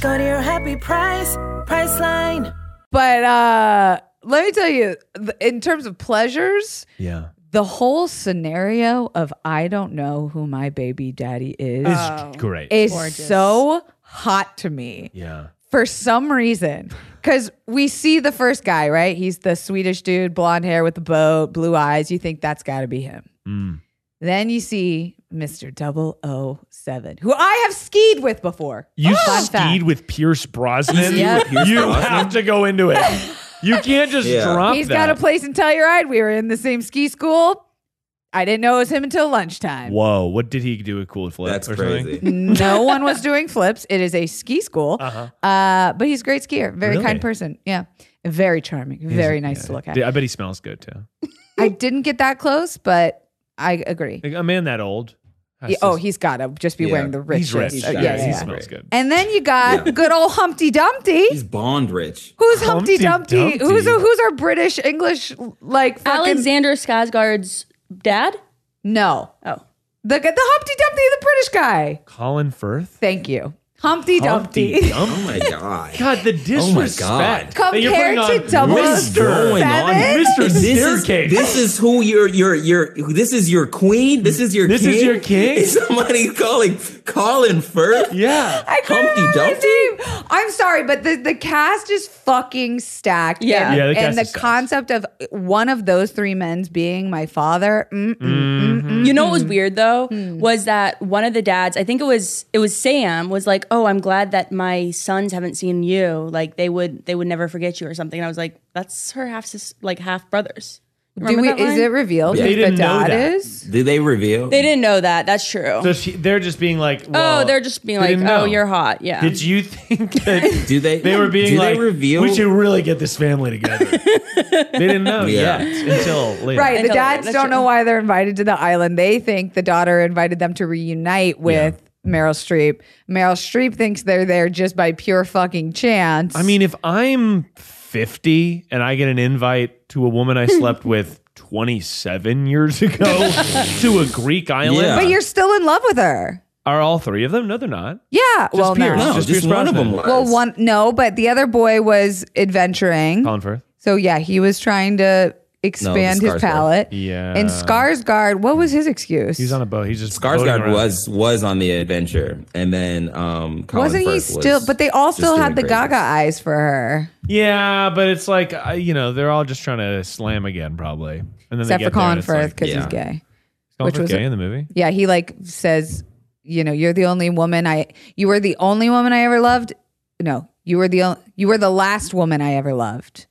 [SPEAKER 7] Go to your happy price, Priceline.
[SPEAKER 2] But uh let me tell you, th- in terms of pleasures,
[SPEAKER 3] Yeah.
[SPEAKER 2] the whole scenario of I don't know who my baby daddy is
[SPEAKER 3] It's great.
[SPEAKER 2] is so hot to me.
[SPEAKER 3] yeah.
[SPEAKER 2] for some reason because we see the first guy right he's the swedish dude blonde hair with the boat blue eyes you think that's got to be him
[SPEAKER 3] Mm.
[SPEAKER 2] then you see mr 007 who i have skied with before
[SPEAKER 3] You
[SPEAKER 2] Oh, Fun
[SPEAKER 3] skied
[SPEAKER 2] fact.
[SPEAKER 3] with Pierce Brosnan.
[SPEAKER 2] Yeah.
[SPEAKER 4] Pierce
[SPEAKER 3] you
[SPEAKER 4] Brosnan?
[SPEAKER 3] have to go into it. You can't just
[SPEAKER 4] Yeah.
[SPEAKER 3] drop
[SPEAKER 2] He's
[SPEAKER 3] that.
[SPEAKER 2] got a place in telluride we were in the same ski school i didn't know it was him until lunchtime
[SPEAKER 3] Whoa! What did he do with Cool Flip?
[SPEAKER 4] That's
[SPEAKER 3] or something?
[SPEAKER 4] crazy.
[SPEAKER 2] no one was doing flips it is a ski school
[SPEAKER 3] Uh-huh.
[SPEAKER 2] uh, but he's a great skier very
[SPEAKER 3] Really?
[SPEAKER 2] kind person yeah very charming very nice to look at
[SPEAKER 3] Yeah, I bet he smells good too.
[SPEAKER 2] I didn't get that close, but I agree.
[SPEAKER 3] Like, a man that old. has
[SPEAKER 2] Yeah,
[SPEAKER 3] to-
[SPEAKER 2] oh, he's got to just be
[SPEAKER 4] Yeah.
[SPEAKER 2] wearing the richest.
[SPEAKER 3] he's rich.
[SPEAKER 2] uh,
[SPEAKER 4] got
[SPEAKER 3] yeah,
[SPEAKER 4] it.
[SPEAKER 2] yeah,
[SPEAKER 3] he
[SPEAKER 2] yeah.
[SPEAKER 3] smells good.
[SPEAKER 2] And then you got good old Humpty Dumpty.
[SPEAKER 4] He's Bond rich.
[SPEAKER 2] Who's Humpty,
[SPEAKER 3] Humpty
[SPEAKER 2] Dumpty?
[SPEAKER 3] Dumpty?
[SPEAKER 2] Who's a, who's our British English like fucking
[SPEAKER 5] Alexander Skarsgård's dad.
[SPEAKER 2] No.
[SPEAKER 5] Oh.
[SPEAKER 2] The the Humpty Dumpty, the British guy.
[SPEAKER 3] Colin Firth.
[SPEAKER 2] Thank you. Humpty Dumpty.
[SPEAKER 3] Humpty
[SPEAKER 4] Oh
[SPEAKER 3] Dumpty.
[SPEAKER 4] my god.
[SPEAKER 3] God, the disrespect.
[SPEAKER 2] God.
[SPEAKER 3] that you're putting
[SPEAKER 2] Compared to
[SPEAKER 3] on
[SPEAKER 2] double
[SPEAKER 4] What's
[SPEAKER 3] Mr.
[SPEAKER 4] going on? here?
[SPEAKER 3] Mr.
[SPEAKER 4] This is
[SPEAKER 3] Staircase.
[SPEAKER 4] this is who your your your this is your queen. This is your
[SPEAKER 3] This
[SPEAKER 4] king.
[SPEAKER 3] is your king?
[SPEAKER 4] Is somebody calling Colin Firth?
[SPEAKER 3] Yeah.
[SPEAKER 2] I couldn't
[SPEAKER 4] Humpty
[SPEAKER 2] remember his
[SPEAKER 4] Dumpty?
[SPEAKER 2] name. I'm sorry, but the, the cast is fucking stacked.
[SPEAKER 5] Yeah.
[SPEAKER 2] And,
[SPEAKER 3] Yeah, the
[SPEAKER 2] and
[SPEAKER 3] cast
[SPEAKER 2] the
[SPEAKER 3] is stacked.
[SPEAKER 2] concept of one of those three men's being my father. mm, mm, mm,
[SPEAKER 5] You know what was weird though was that one of the dads, I think it was it was Sam, was like, "Oh, I'm glad that my sons haven't seen you. Like they would they would never forget you or something." And I was like, "That's her half sis, like half brothers."
[SPEAKER 2] Do
[SPEAKER 5] Remember
[SPEAKER 2] we?
[SPEAKER 5] that
[SPEAKER 2] Is
[SPEAKER 5] line?
[SPEAKER 2] it revealed?
[SPEAKER 4] Yeah.
[SPEAKER 2] who
[SPEAKER 4] They
[SPEAKER 3] didn't
[SPEAKER 2] the
[SPEAKER 3] know
[SPEAKER 2] dad
[SPEAKER 3] that.
[SPEAKER 2] is.
[SPEAKER 4] Did they reveal?
[SPEAKER 5] They didn't know that. That's true.
[SPEAKER 3] So she, they're just being like, well,
[SPEAKER 5] oh, they're just being
[SPEAKER 3] they
[SPEAKER 5] like,
[SPEAKER 3] didn't
[SPEAKER 5] "Oh,
[SPEAKER 3] know.
[SPEAKER 5] you're hot." Yeah.
[SPEAKER 3] Did you think that
[SPEAKER 4] Do they?
[SPEAKER 3] they were being
[SPEAKER 4] do
[SPEAKER 3] like,
[SPEAKER 4] they reveal?
[SPEAKER 3] we should really get this family together? they didn't know
[SPEAKER 4] Yeah.
[SPEAKER 3] yet until later.
[SPEAKER 2] Right. The
[SPEAKER 5] Until later,
[SPEAKER 2] dads
[SPEAKER 5] that's
[SPEAKER 2] don't
[SPEAKER 5] true.
[SPEAKER 2] know why they're invited to the island. They think the daughter invited them to reunite with. Meryl Streep. Meryl Streep thinks they're there just by pure fucking chance.
[SPEAKER 3] I mean, if I'm 50 and I get an invite to a woman I slept with 27 years ago to a Greek island,
[SPEAKER 4] Yeah.
[SPEAKER 2] but you're still in love with her.
[SPEAKER 3] are all three of them? No, they're not.
[SPEAKER 2] Yeah. well,
[SPEAKER 3] Pierce.
[SPEAKER 4] No,
[SPEAKER 2] no.
[SPEAKER 3] Just
[SPEAKER 4] just,
[SPEAKER 3] Pierce
[SPEAKER 4] one of
[SPEAKER 3] Brosnan.
[SPEAKER 4] them. Was.
[SPEAKER 2] Well, one no, but the other boy was adventuring.
[SPEAKER 3] Colin Firth.
[SPEAKER 2] So yeah, he was trying to expand his
[SPEAKER 4] Skarsgård.
[SPEAKER 2] palate.
[SPEAKER 3] Yeah.
[SPEAKER 2] And Skarsgård, what was his excuse?
[SPEAKER 3] He's on a boat. He's just boating
[SPEAKER 4] Skarsgård
[SPEAKER 3] around.
[SPEAKER 4] was was on the adventure, and then um, Colin
[SPEAKER 2] Wasn't he
[SPEAKER 4] Firth was
[SPEAKER 2] still? But they all
[SPEAKER 4] just
[SPEAKER 2] still had the
[SPEAKER 4] doing
[SPEAKER 2] Gaga
[SPEAKER 4] crazies.
[SPEAKER 2] eyes for her.
[SPEAKER 3] Yeah, but it's like I- you know they're all just trying to slam again, probably. And then
[SPEAKER 2] except
[SPEAKER 3] they
[SPEAKER 2] for
[SPEAKER 3] get
[SPEAKER 2] Colin
[SPEAKER 3] there, and
[SPEAKER 2] Firth
[SPEAKER 3] it's
[SPEAKER 2] because he's
[SPEAKER 4] yeah.
[SPEAKER 2] gay.
[SPEAKER 3] Like, Colin
[SPEAKER 2] which
[SPEAKER 3] Firth
[SPEAKER 2] was-
[SPEAKER 3] gay in the movie.
[SPEAKER 2] Yeah, he like says, you know, you're the only woman I. You were the only woman I ever loved. No, you were the o- you were the last woman I ever loved,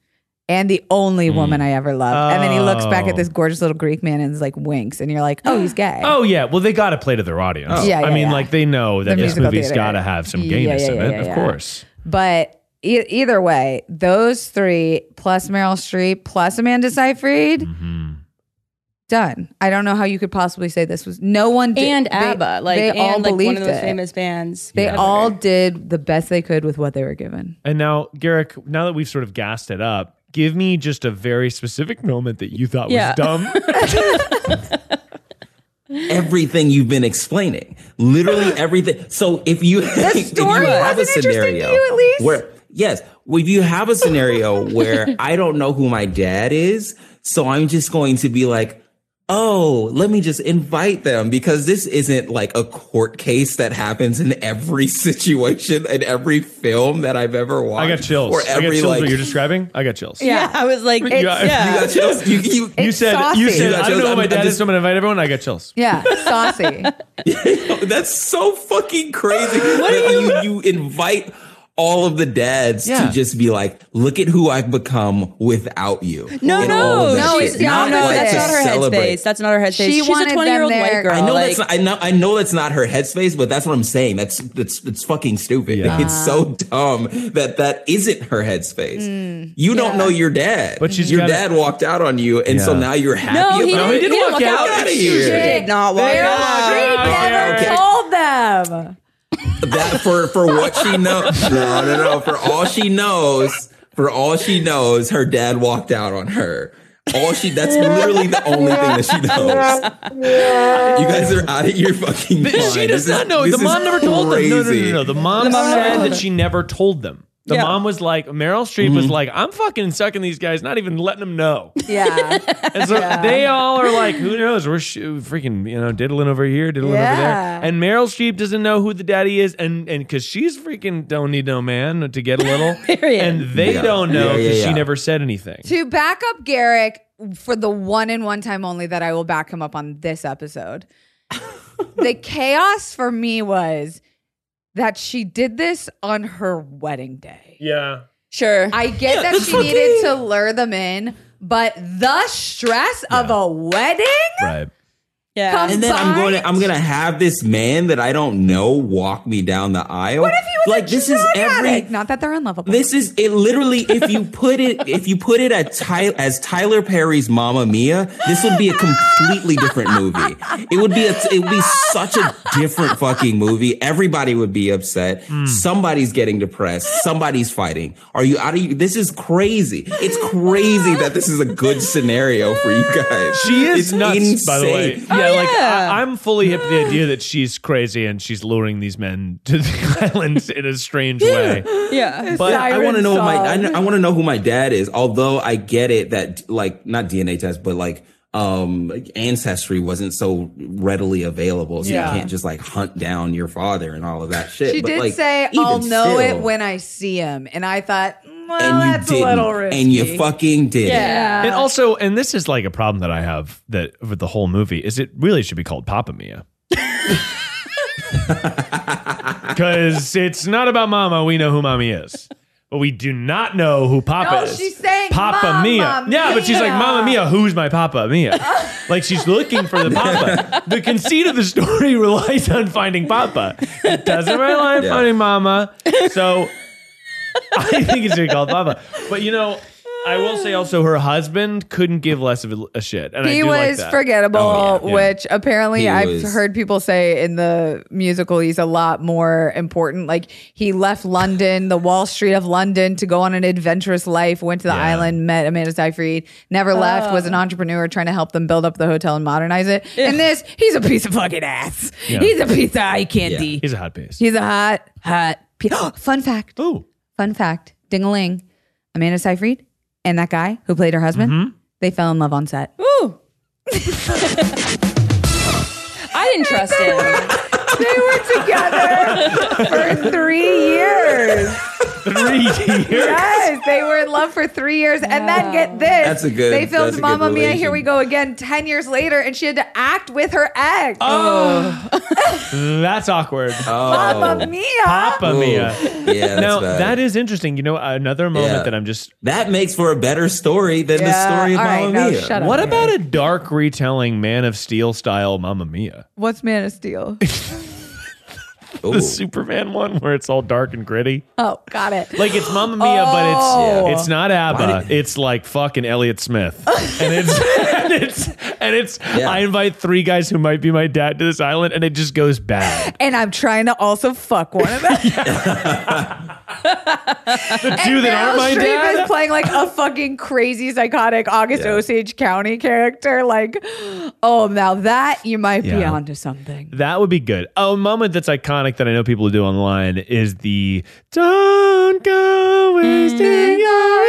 [SPEAKER 2] and the only woman I ever loved. And then he looks back
[SPEAKER 3] Hmm. Oh.
[SPEAKER 2] at this gorgeous little Greek man and is like winks, and you're like, oh, he's gay.
[SPEAKER 3] Oh yeah, well they got to play to their audience.
[SPEAKER 4] Oh.
[SPEAKER 2] Yeah,
[SPEAKER 3] I
[SPEAKER 2] yeah,
[SPEAKER 3] mean
[SPEAKER 2] yeah.
[SPEAKER 3] like they know that
[SPEAKER 2] The
[SPEAKER 3] this
[SPEAKER 2] musical
[SPEAKER 3] movie's
[SPEAKER 2] theater.
[SPEAKER 3] got to have some
[SPEAKER 2] Yeah,
[SPEAKER 3] gayness
[SPEAKER 2] yeah,
[SPEAKER 3] in
[SPEAKER 2] yeah,
[SPEAKER 3] it,
[SPEAKER 2] yeah,
[SPEAKER 3] of
[SPEAKER 2] yeah.
[SPEAKER 3] course.
[SPEAKER 2] But e- either way,
[SPEAKER 3] Mm-hmm.
[SPEAKER 2] those three plus Meryl Streep plus Amanda Seyfried, done. I don't know how you could possibly say this was no one did.
[SPEAKER 5] and
[SPEAKER 2] they-
[SPEAKER 5] ABBA, like
[SPEAKER 2] they
[SPEAKER 5] and
[SPEAKER 2] all
[SPEAKER 5] like
[SPEAKER 2] believed
[SPEAKER 5] one of those
[SPEAKER 2] it.
[SPEAKER 5] famous bands.
[SPEAKER 2] They all did the best they could with what they were given.
[SPEAKER 3] And now, Garrick, now that we've sort of gassed it up, give me just a very specific moment that you thought
[SPEAKER 5] Yeah.
[SPEAKER 3] was dumb.
[SPEAKER 4] everything you've been explaining. Literally everything. So if you the
[SPEAKER 2] story wasn't interesting to you at least?
[SPEAKER 4] where yes, well, if you have a scenario where I don't know who my dad is, so I'm just going to be like, oh, let me just invite them because this isn't like a court case that happens in every situation in every film that I've ever watched.
[SPEAKER 3] I got chills.
[SPEAKER 4] Or
[SPEAKER 3] I got
[SPEAKER 4] every
[SPEAKER 3] chills.
[SPEAKER 4] like
[SPEAKER 3] what you're describing, I got chills.
[SPEAKER 5] Yeah, I was like, it's,
[SPEAKER 3] got- you
[SPEAKER 4] you
[SPEAKER 5] yeah,
[SPEAKER 4] got chills. You, you,
[SPEAKER 3] You said, you
[SPEAKER 2] saucy.
[SPEAKER 3] said,
[SPEAKER 4] You got
[SPEAKER 3] I don't
[SPEAKER 4] chills.
[SPEAKER 3] know who my
[SPEAKER 4] I'm-
[SPEAKER 3] dad
[SPEAKER 4] I'm
[SPEAKER 3] is,
[SPEAKER 4] just-
[SPEAKER 3] so I'm going to invite everyone. I got chills.
[SPEAKER 2] Yeah, saucy.
[SPEAKER 4] That's so fucking crazy. what you, you invite all of the dads
[SPEAKER 3] Yeah.
[SPEAKER 4] to just be like, look at who I've become without you.
[SPEAKER 5] No,
[SPEAKER 4] And all
[SPEAKER 5] no,
[SPEAKER 4] of that
[SPEAKER 5] no,
[SPEAKER 4] shit.
[SPEAKER 5] she's,
[SPEAKER 2] not
[SPEAKER 5] no, no,
[SPEAKER 2] what
[SPEAKER 5] that's
[SPEAKER 4] to
[SPEAKER 5] not her
[SPEAKER 4] celebrate.
[SPEAKER 5] headspace. That's not her headspace.
[SPEAKER 2] She
[SPEAKER 5] She's
[SPEAKER 2] wanted
[SPEAKER 5] a
[SPEAKER 2] them
[SPEAKER 5] 20 year old
[SPEAKER 2] there.
[SPEAKER 5] white girl.
[SPEAKER 4] I know that's
[SPEAKER 5] like,
[SPEAKER 4] not, I know I know that's not her headspace, but that's what I'm saying. That's that's it's fucking stupid.
[SPEAKER 3] Yeah.
[SPEAKER 4] It's so dumb that that isn't her headspace.
[SPEAKER 5] Hmm.
[SPEAKER 4] you don't know your dad,
[SPEAKER 3] But she's
[SPEAKER 4] your
[SPEAKER 3] gotta-
[SPEAKER 4] dad walked out on you, and so
[SPEAKER 3] Yeah.
[SPEAKER 4] now you're happy.
[SPEAKER 5] No, he
[SPEAKER 4] about
[SPEAKER 5] didn't-
[SPEAKER 4] it?
[SPEAKER 3] he didn't walk out.
[SPEAKER 4] Get out of
[SPEAKER 5] She
[SPEAKER 4] here.
[SPEAKER 5] did not walk
[SPEAKER 2] Meryl
[SPEAKER 5] out.
[SPEAKER 2] Streep never
[SPEAKER 4] Okay.
[SPEAKER 2] told them.
[SPEAKER 4] that for for what she knows. No, no, no. For all she knows, for all she knows, her dad walked out on her. All she that's literally the only thing that she knows. You guys are out of your fucking mind.
[SPEAKER 3] She
[SPEAKER 4] This
[SPEAKER 3] does
[SPEAKER 4] is-
[SPEAKER 3] not know.
[SPEAKER 4] this
[SPEAKER 3] The mom
[SPEAKER 4] is
[SPEAKER 3] never told them. No, no, no,
[SPEAKER 4] crazy.
[SPEAKER 3] no, no. The mom
[SPEAKER 5] mom
[SPEAKER 3] said
[SPEAKER 5] never told
[SPEAKER 3] that she never told them. The
[SPEAKER 5] Yeah.
[SPEAKER 3] mom was like, Meryl Streep
[SPEAKER 4] Mm-hmm.
[SPEAKER 3] was like, I'm fucking sucking these guys, not even letting them know.
[SPEAKER 2] Yeah.
[SPEAKER 3] And so they all are like, who knows? We're sh- freaking, you know, diddling over here, diddling over
[SPEAKER 2] Yeah.
[SPEAKER 3] there. And Meryl Streep doesn't know who the daddy is. And and because she's freaking don't need no man to get a little.
[SPEAKER 5] Period.
[SPEAKER 3] and they
[SPEAKER 4] Yeah.
[SPEAKER 3] don't know
[SPEAKER 4] Yeah, yeah,
[SPEAKER 3] because she
[SPEAKER 4] yeah.
[SPEAKER 3] never said anything.
[SPEAKER 2] to back up Garrick for the one and one time only that I will back him up on this episode. the chaos for me was that she did this on her wedding day.
[SPEAKER 3] Yeah.
[SPEAKER 5] Sure.
[SPEAKER 2] I get that she needed to lure them in, but the stress of a wedding
[SPEAKER 3] Right.
[SPEAKER 5] yeah.
[SPEAKER 4] And then I'm going to I'm going to have this man that I don't know walk me down the aisle. What if he was like this is every
[SPEAKER 2] Like, not that they're unlovable.
[SPEAKER 4] This is it. Literally, if you put it, if you put it at Ty, as Tyler Perry's Mamma Mia, this would be a completely different movie. It would be a, it would be such a different fucking movie. Everybody would be upset. Somebody's getting depressed. Somebody's fighting. Are you out of? you? This is crazy. It's crazy that this is a good scenario for you guys.
[SPEAKER 3] She is
[SPEAKER 4] It's
[SPEAKER 3] nuts, by the way.
[SPEAKER 4] insane.
[SPEAKER 3] yeah, like I, I'm fully hip to the idea that she's crazy and she's luring these men to the island in a strange way.
[SPEAKER 5] yeah.
[SPEAKER 3] But
[SPEAKER 4] I want
[SPEAKER 2] Siren
[SPEAKER 4] to know my
[SPEAKER 2] song.
[SPEAKER 4] I, kn- I want to know who my dad is. Although I get it that like not DNA test, but like um ancestry wasn't so readily available, so
[SPEAKER 3] Yeah.
[SPEAKER 4] you can't just like hunt down your father and all of that shit.
[SPEAKER 2] she
[SPEAKER 4] but,
[SPEAKER 2] did
[SPEAKER 4] like,
[SPEAKER 2] say,
[SPEAKER 4] even
[SPEAKER 2] "I'll know
[SPEAKER 4] still,
[SPEAKER 2] it when I see him," and I thought, "Mm, well,
[SPEAKER 4] and you
[SPEAKER 2] that's a
[SPEAKER 4] didn't,
[SPEAKER 2] little risky.
[SPEAKER 4] and you fucking did.
[SPEAKER 5] Yeah.
[SPEAKER 3] and also, and this is like a problem that I have that with the whole movie is it really should be called Papa Mia. Because it's not about Mama. We know who Mommy is, but we do not know who Papa
[SPEAKER 2] No,
[SPEAKER 3] is.
[SPEAKER 2] she's saying
[SPEAKER 3] Papa
[SPEAKER 2] Mamma
[SPEAKER 3] Mia. Yeah, but she's like
[SPEAKER 2] Mia.
[SPEAKER 3] Mama Mia. Who's my Papa Mia? like she's looking for the Papa. the conceit of the story relies on finding Papa. It doesn't rely on
[SPEAKER 4] Yeah.
[SPEAKER 3] finding Mama. So I think it's called Papa. But you know, I will say also her husband couldn't give less of a- a shit, and I
[SPEAKER 2] he
[SPEAKER 3] do like
[SPEAKER 2] was
[SPEAKER 3] that.
[SPEAKER 2] forgettable,
[SPEAKER 4] Oh, yeah. Yeah.
[SPEAKER 2] which apparently
[SPEAKER 4] He
[SPEAKER 2] I've
[SPEAKER 4] was-
[SPEAKER 2] heard people say in the musical he's a lot more important. Like he left London, the Wall Street of London, to go on an adventurous life. Went to the
[SPEAKER 3] Yeah.
[SPEAKER 2] island, met Amanda Seyfried, never left, was an entrepreneur trying to help them build up the hotel and modernize it. And this, he's a piece of fucking ass.
[SPEAKER 3] Yeah.
[SPEAKER 2] He's a piece of eye candy.
[SPEAKER 3] He's a hot piece.
[SPEAKER 2] He's a hot, hot. Pe- fun fact.
[SPEAKER 3] Ooh,
[SPEAKER 2] Fun fact. Ding a ling. Amanda Seyfried and that guy who played her husband,
[SPEAKER 3] Mm-hmm.
[SPEAKER 2] they fell in love on set.
[SPEAKER 5] Ooh. I didn't trust him.
[SPEAKER 2] They were together for three years.
[SPEAKER 3] three years.
[SPEAKER 2] Yes, they were in love for three years, and then get this.
[SPEAKER 4] That's a good-
[SPEAKER 2] They
[SPEAKER 4] that's
[SPEAKER 2] filmed
[SPEAKER 4] a good
[SPEAKER 2] Mamma Mia. Here
[SPEAKER 4] relation.
[SPEAKER 2] we go again. Ten years later, and she had to act with her ex.
[SPEAKER 4] Oh.
[SPEAKER 3] That's awkward.
[SPEAKER 2] Mamma Mia.
[SPEAKER 3] Papa
[SPEAKER 4] Uh, Ooh.
[SPEAKER 3] Mia.
[SPEAKER 4] Oh. Yeah, that's
[SPEAKER 3] Now
[SPEAKER 4] bad.
[SPEAKER 3] that is interesting. You know, another moment
[SPEAKER 4] Yeah.
[SPEAKER 3] that I'm just
[SPEAKER 4] That makes for a better story than
[SPEAKER 2] Yeah,
[SPEAKER 4] the story of
[SPEAKER 2] all right,
[SPEAKER 4] Mamma
[SPEAKER 2] no,
[SPEAKER 4] Mia.
[SPEAKER 2] shut up.
[SPEAKER 3] What
[SPEAKER 2] here.
[SPEAKER 3] about a dark retelling Man of Steel style Mamma Mia?
[SPEAKER 2] What's Man of Steel?
[SPEAKER 4] Ooh.
[SPEAKER 3] the Superman one where it's all dark and gritty.
[SPEAKER 2] Oh, got it.
[SPEAKER 3] Like it's Mamma Mia, but it's it's not ABBA. It's like fucking Elliot Smith, and it's and it's and it's.
[SPEAKER 4] Yeah.
[SPEAKER 3] I invite three guys who might be my dad to this island, and it just goes bad.
[SPEAKER 2] and I'm trying to also fuck one of them.
[SPEAKER 3] The two that aren't my
[SPEAKER 2] Meryl Streep is
[SPEAKER 3] dad.
[SPEAKER 2] playing like a fucking crazy psychotic August
[SPEAKER 4] Yeah.
[SPEAKER 2] Osage County character. Like, oh, now that you might be
[SPEAKER 3] Yeah.
[SPEAKER 2] onto something.
[SPEAKER 3] That would be good. A moment that's iconic that I know people do online is the "Don't go wasting your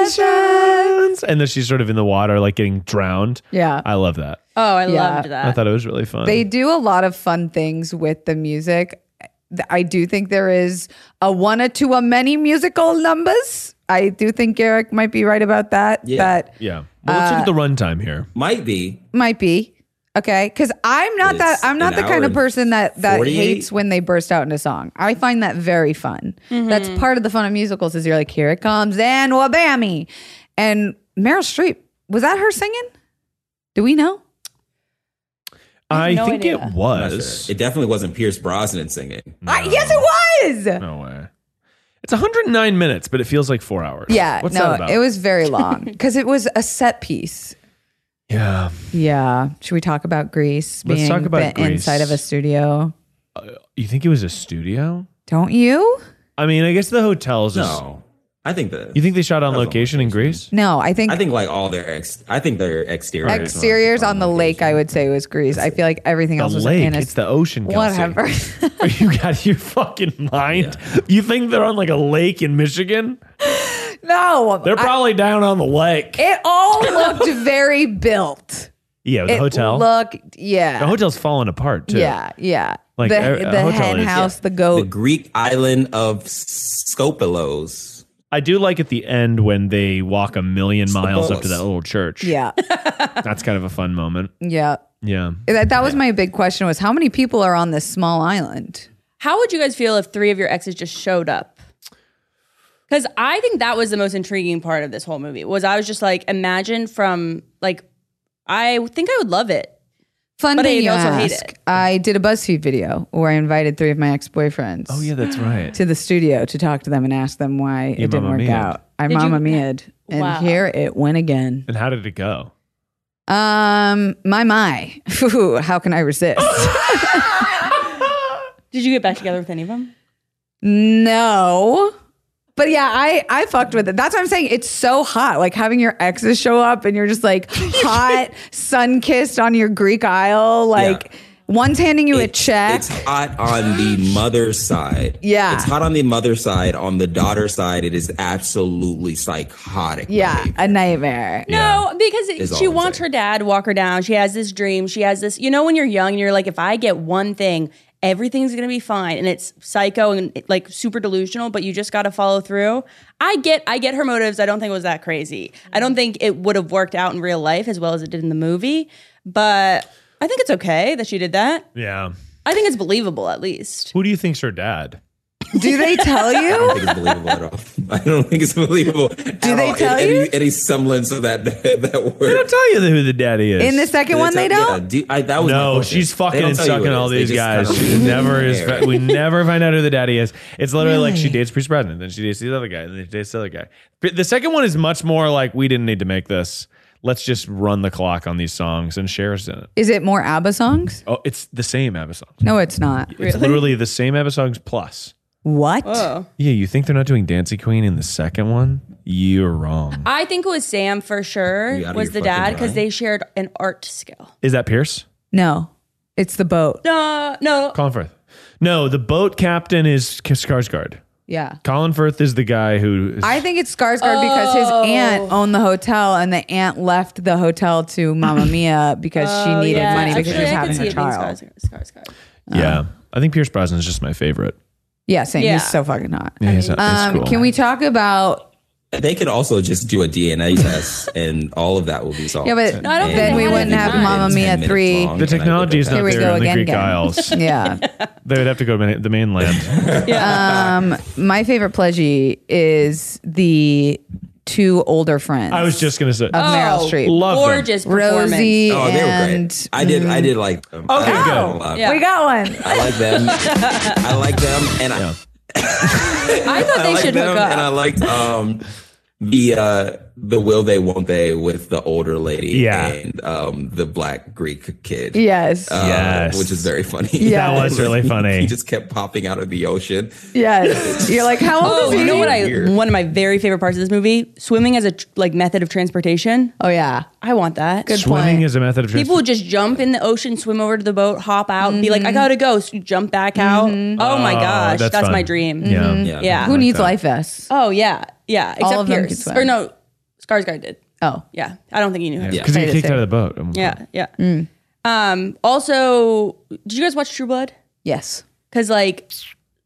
[SPEAKER 3] emotions," and then she's sort of in the water, like getting drowned.
[SPEAKER 2] Yeah.
[SPEAKER 3] I love that.
[SPEAKER 5] Oh, I
[SPEAKER 2] Yeah.
[SPEAKER 5] loved
[SPEAKER 3] I
[SPEAKER 5] that.
[SPEAKER 3] thought it was really fun.
[SPEAKER 2] They do a lot of fun things with the music. Th- I do think there is a one or two a many musical numbers. I do think Garrick might be right about that.
[SPEAKER 4] Yeah.
[SPEAKER 2] That
[SPEAKER 3] yeah. Well, let's look at the runtime here.
[SPEAKER 4] Might be.
[SPEAKER 2] might be okay because I'm not that
[SPEAKER 4] It's
[SPEAKER 2] I'm not
[SPEAKER 4] an
[SPEAKER 2] the
[SPEAKER 4] hour
[SPEAKER 2] kind of
[SPEAKER 4] and
[SPEAKER 2] person that that
[SPEAKER 4] 48.
[SPEAKER 2] hates when they burst out in a song. I find that very fun. That's part of the fun of musicals is you're like here it comes and wabammy, and Meryl Streep was that her singing? Do we know?
[SPEAKER 3] I,
[SPEAKER 5] no
[SPEAKER 3] think
[SPEAKER 5] idea.
[SPEAKER 3] it
[SPEAKER 4] Not
[SPEAKER 3] was.
[SPEAKER 4] sure. It definitely wasn't Pierce Brosnan singing.
[SPEAKER 2] I, yes, it was.
[SPEAKER 3] No way. It's 109 minutes, but it feels like four hours.
[SPEAKER 2] Yeah,
[SPEAKER 3] What's that
[SPEAKER 2] no,
[SPEAKER 3] about?
[SPEAKER 2] it was very long because it was a set piece.
[SPEAKER 3] Yeah.
[SPEAKER 2] Yeah. Should we talk about Greece
[SPEAKER 3] Let's
[SPEAKER 2] being
[SPEAKER 3] talk about
[SPEAKER 2] the inside of a
[SPEAKER 3] Grease.
[SPEAKER 2] studio?
[SPEAKER 3] You think it was a studio?
[SPEAKER 2] Don't you?
[SPEAKER 3] I mean, I guess the hotels. is-
[SPEAKER 4] No, I think the.
[SPEAKER 3] You think they shot on
[SPEAKER 4] That was on
[SPEAKER 3] location in Greece?
[SPEAKER 2] No, I think,
[SPEAKER 4] I think like all their ex. I think their exterior.
[SPEAKER 2] exteriors on the lake, I would say, was Greece. I feel like everything
[SPEAKER 3] The
[SPEAKER 2] else was
[SPEAKER 3] lake.
[SPEAKER 2] in a
[SPEAKER 3] It's the ocean. Kelsey.
[SPEAKER 2] whatever.
[SPEAKER 3] Are you got your fucking mind? You think they're on like a lake in Michigan?
[SPEAKER 2] no,
[SPEAKER 3] They're probably down on the lake.
[SPEAKER 2] it all looked very built.
[SPEAKER 3] yeah, the
[SPEAKER 2] it
[SPEAKER 3] hotel.
[SPEAKER 2] looked, yeah,
[SPEAKER 3] the hotel's falling apart too.
[SPEAKER 2] yeah, yeah.
[SPEAKER 3] Like,
[SPEAKER 2] the
[SPEAKER 3] a- a
[SPEAKER 2] the
[SPEAKER 3] hotel
[SPEAKER 2] hen
[SPEAKER 3] is-
[SPEAKER 2] house, the
[SPEAKER 4] The
[SPEAKER 2] goat.
[SPEAKER 4] Greek island of Scopilos.
[SPEAKER 3] I do like at the end when they walk a million miles up to
[SPEAKER 4] bonus.
[SPEAKER 3] that little church.
[SPEAKER 2] yeah,
[SPEAKER 3] That's kind of a fun moment.
[SPEAKER 2] yeah.
[SPEAKER 3] Yeah.
[SPEAKER 2] That, that was my big question: was how many people are on this small island?
[SPEAKER 5] How would you guys feel if three of your exes just showed up? Because I think that was the most intriguing part of this whole movie was I was just like, imagine from like, I think I would love it.
[SPEAKER 2] Fun
[SPEAKER 5] But
[SPEAKER 2] thing
[SPEAKER 5] I'd
[SPEAKER 2] you
[SPEAKER 5] also hate
[SPEAKER 2] ask.
[SPEAKER 5] it.
[SPEAKER 2] I did a BuzzFeed video where I invited three of my ex boyfriends.
[SPEAKER 3] Oh yeah, that's right.
[SPEAKER 2] To the studio to talk to them and ask them why it didn't
[SPEAKER 3] Mamma
[SPEAKER 2] work
[SPEAKER 3] Mia'd.
[SPEAKER 2] out. I
[SPEAKER 5] Did you-
[SPEAKER 2] mama mia and
[SPEAKER 5] Wow.
[SPEAKER 2] here it went again.
[SPEAKER 3] And how did it go?
[SPEAKER 2] Um, my my, Ooh, how can I resist?
[SPEAKER 5] Did you get back together with any of them?
[SPEAKER 2] no, but yeah, I I fucked with it. That's what I'm saying. It's so hot, like having your exes show up and you're just like hot, sun kissed on your Greek Isle, like one's handing you a
[SPEAKER 4] It's-
[SPEAKER 2] check.
[SPEAKER 4] It's hot on the mother's side.
[SPEAKER 2] Yeah.
[SPEAKER 4] It's hot on the mother's side. On the daughter's side, it is absolutely psychotic.
[SPEAKER 2] yeah,
[SPEAKER 4] behavior.
[SPEAKER 2] a nightmare.
[SPEAKER 5] No, because
[SPEAKER 4] Is
[SPEAKER 5] she
[SPEAKER 4] all I'm
[SPEAKER 5] wants
[SPEAKER 4] saying.
[SPEAKER 5] her dad walk her down. She has this dream. She has this. You know, when you're young, you're like, if I get one thing, everything's gonna be fine. And it's psycho and like super delusional, but you just gotta follow through. I get, I get her motives. I don't think it was that crazy. I don't think it would have worked out in real life as well as it did in the movie. But I think it's okay that she did that.
[SPEAKER 3] Yeah.
[SPEAKER 5] I think it's believable at least.
[SPEAKER 3] Who do you think's her dad?
[SPEAKER 2] Do they tell you?
[SPEAKER 4] I don't think it's believable at all. I don't think it's believable. Do
[SPEAKER 2] they tell
[SPEAKER 4] any,
[SPEAKER 2] you?
[SPEAKER 4] any semblance of that that
[SPEAKER 3] They don't
[SPEAKER 4] word?
[SPEAKER 3] tell you who the daddy is.
[SPEAKER 2] In the second one, they
[SPEAKER 4] tell- yeah,
[SPEAKER 2] don't.
[SPEAKER 4] do- I- that was my
[SPEAKER 3] no,
[SPEAKER 4] question.
[SPEAKER 3] she's
[SPEAKER 4] They
[SPEAKER 3] fucking
[SPEAKER 4] don't
[SPEAKER 3] and
[SPEAKER 4] tell you who
[SPEAKER 3] sucking
[SPEAKER 4] it
[SPEAKER 3] all
[SPEAKER 4] is. They
[SPEAKER 3] these
[SPEAKER 4] just
[SPEAKER 3] guys.
[SPEAKER 4] kinda
[SPEAKER 3] She
[SPEAKER 4] leave it
[SPEAKER 3] never is.
[SPEAKER 4] there.
[SPEAKER 3] We never find out who the daddy is. It's literally like she dates Pierce Brosnan, then she dates the other guy, and then she dates the other guy. But the second one is much more like we didn't need to make this. Let's just run the clock on these songs and shares in it.
[SPEAKER 2] Is it more ABBA songs?
[SPEAKER 3] Oh, it's the same ABBA songs.
[SPEAKER 2] No, it's not.
[SPEAKER 3] It's literally the same ABBA songs plus.
[SPEAKER 2] What?
[SPEAKER 5] Oh.
[SPEAKER 3] Yeah, you think they're not doing Dancing Queen in the second one? You're wrong.
[SPEAKER 5] I think it was Sam for
[SPEAKER 4] You out
[SPEAKER 5] sure
[SPEAKER 4] of
[SPEAKER 5] was
[SPEAKER 4] your
[SPEAKER 5] the
[SPEAKER 4] fucking
[SPEAKER 5] dad because
[SPEAKER 4] mind?
[SPEAKER 5] they shared an art skill.
[SPEAKER 3] Is that Pierce?
[SPEAKER 2] No, it's the boat.
[SPEAKER 5] No, no,
[SPEAKER 3] Colin Firth. No, the boat captain is K- Skarsgård.
[SPEAKER 2] Yeah.
[SPEAKER 3] Colin Firth is the guy who. Is,
[SPEAKER 2] I think it's Skarsgård because his aunt
[SPEAKER 5] Oh.
[SPEAKER 2] owned the hotel, and the aunt left the hotel to Mamma Mia because she needed
[SPEAKER 5] Oh, Yeah,
[SPEAKER 2] money because she
[SPEAKER 5] actually,
[SPEAKER 2] was
[SPEAKER 5] I could
[SPEAKER 2] having
[SPEAKER 5] see
[SPEAKER 2] her
[SPEAKER 5] it being
[SPEAKER 2] child.
[SPEAKER 5] Skarsgård- Skarsgård.
[SPEAKER 3] yeah, I think Pierce Brosnan is just my favorite.
[SPEAKER 2] Yeah, same.
[SPEAKER 5] Yeah.
[SPEAKER 2] He's so fucking hot.
[SPEAKER 3] Yeah, he's,
[SPEAKER 2] Um, Can we talk about?
[SPEAKER 4] They could also just do a DNA test, and all of that will be solved.
[SPEAKER 2] Yeah, but
[SPEAKER 5] I don't think
[SPEAKER 2] then
[SPEAKER 5] they
[SPEAKER 2] we
[SPEAKER 5] had
[SPEAKER 2] wouldn't
[SPEAKER 5] it in
[SPEAKER 2] have
[SPEAKER 5] mind.
[SPEAKER 2] Mamma Mia three.
[SPEAKER 3] The technology is not
[SPEAKER 2] Here we
[SPEAKER 3] there
[SPEAKER 2] go
[SPEAKER 3] in the
[SPEAKER 2] again,
[SPEAKER 3] Greek
[SPEAKER 2] again.
[SPEAKER 3] Isles.
[SPEAKER 2] Yeah.
[SPEAKER 3] they would have to go to the mainland.
[SPEAKER 2] Um, my favorite pledgy is the two older friends.
[SPEAKER 3] I was just gonna say.
[SPEAKER 2] of Meryl Streep.
[SPEAKER 3] Love them.
[SPEAKER 5] gorgeous performance.
[SPEAKER 2] Rosie
[SPEAKER 4] Oh, they were
[SPEAKER 2] and
[SPEAKER 4] great. I did. I did like them. I
[SPEAKER 3] Okay,
[SPEAKER 4] like
[SPEAKER 3] Oh, good.
[SPEAKER 4] them a lot.
[SPEAKER 5] Yeah.
[SPEAKER 2] we got one.
[SPEAKER 4] I like them. I like them, and I,
[SPEAKER 5] I thought
[SPEAKER 4] I
[SPEAKER 5] they
[SPEAKER 4] like
[SPEAKER 5] should
[SPEAKER 4] them,
[SPEAKER 5] hook up.
[SPEAKER 4] and I liked um the uh the will they won't they with the older lady,
[SPEAKER 3] Yeah.
[SPEAKER 4] and um the black Greek kid,
[SPEAKER 2] Yes.
[SPEAKER 4] uh,
[SPEAKER 3] Yes.
[SPEAKER 4] which is very funny.
[SPEAKER 2] That
[SPEAKER 3] was really funny.
[SPEAKER 4] he just kept popping out of the ocean.
[SPEAKER 2] yes. You're like, how old
[SPEAKER 5] Oh,
[SPEAKER 2] is he?
[SPEAKER 5] you know what I?
[SPEAKER 4] Weird.
[SPEAKER 5] One of my very favorite parts of this movie: swimming as a tr- like method of transportation.
[SPEAKER 2] oh yeah.
[SPEAKER 5] I want that.
[SPEAKER 2] Good
[SPEAKER 3] Swimming
[SPEAKER 2] point.
[SPEAKER 3] is a method of
[SPEAKER 5] People would just jump in the ocean, swim over to the boat, hop out, and be like, "I gotta go," so you jump back out. Oh my gosh,
[SPEAKER 3] that's
[SPEAKER 5] that's,
[SPEAKER 3] fun.
[SPEAKER 5] my dream. Mm-hmm.
[SPEAKER 3] Yeah.
[SPEAKER 4] Yeah,
[SPEAKER 5] Yeah.
[SPEAKER 2] Who needs life vests?
[SPEAKER 5] Oh yeah, yeah. Except
[SPEAKER 2] of them could
[SPEAKER 5] Pierce,
[SPEAKER 2] swim.
[SPEAKER 5] or no, Skarsgård did.
[SPEAKER 2] Oh.
[SPEAKER 5] Yeah, I don't think he knew. How to
[SPEAKER 4] Yeah.
[SPEAKER 3] Because he
[SPEAKER 2] Say
[SPEAKER 3] got
[SPEAKER 2] the
[SPEAKER 3] kicked out of the boat.
[SPEAKER 5] Yeah, yeah. Um, also, did you guys watch True Blood?
[SPEAKER 2] Yes.
[SPEAKER 5] Because like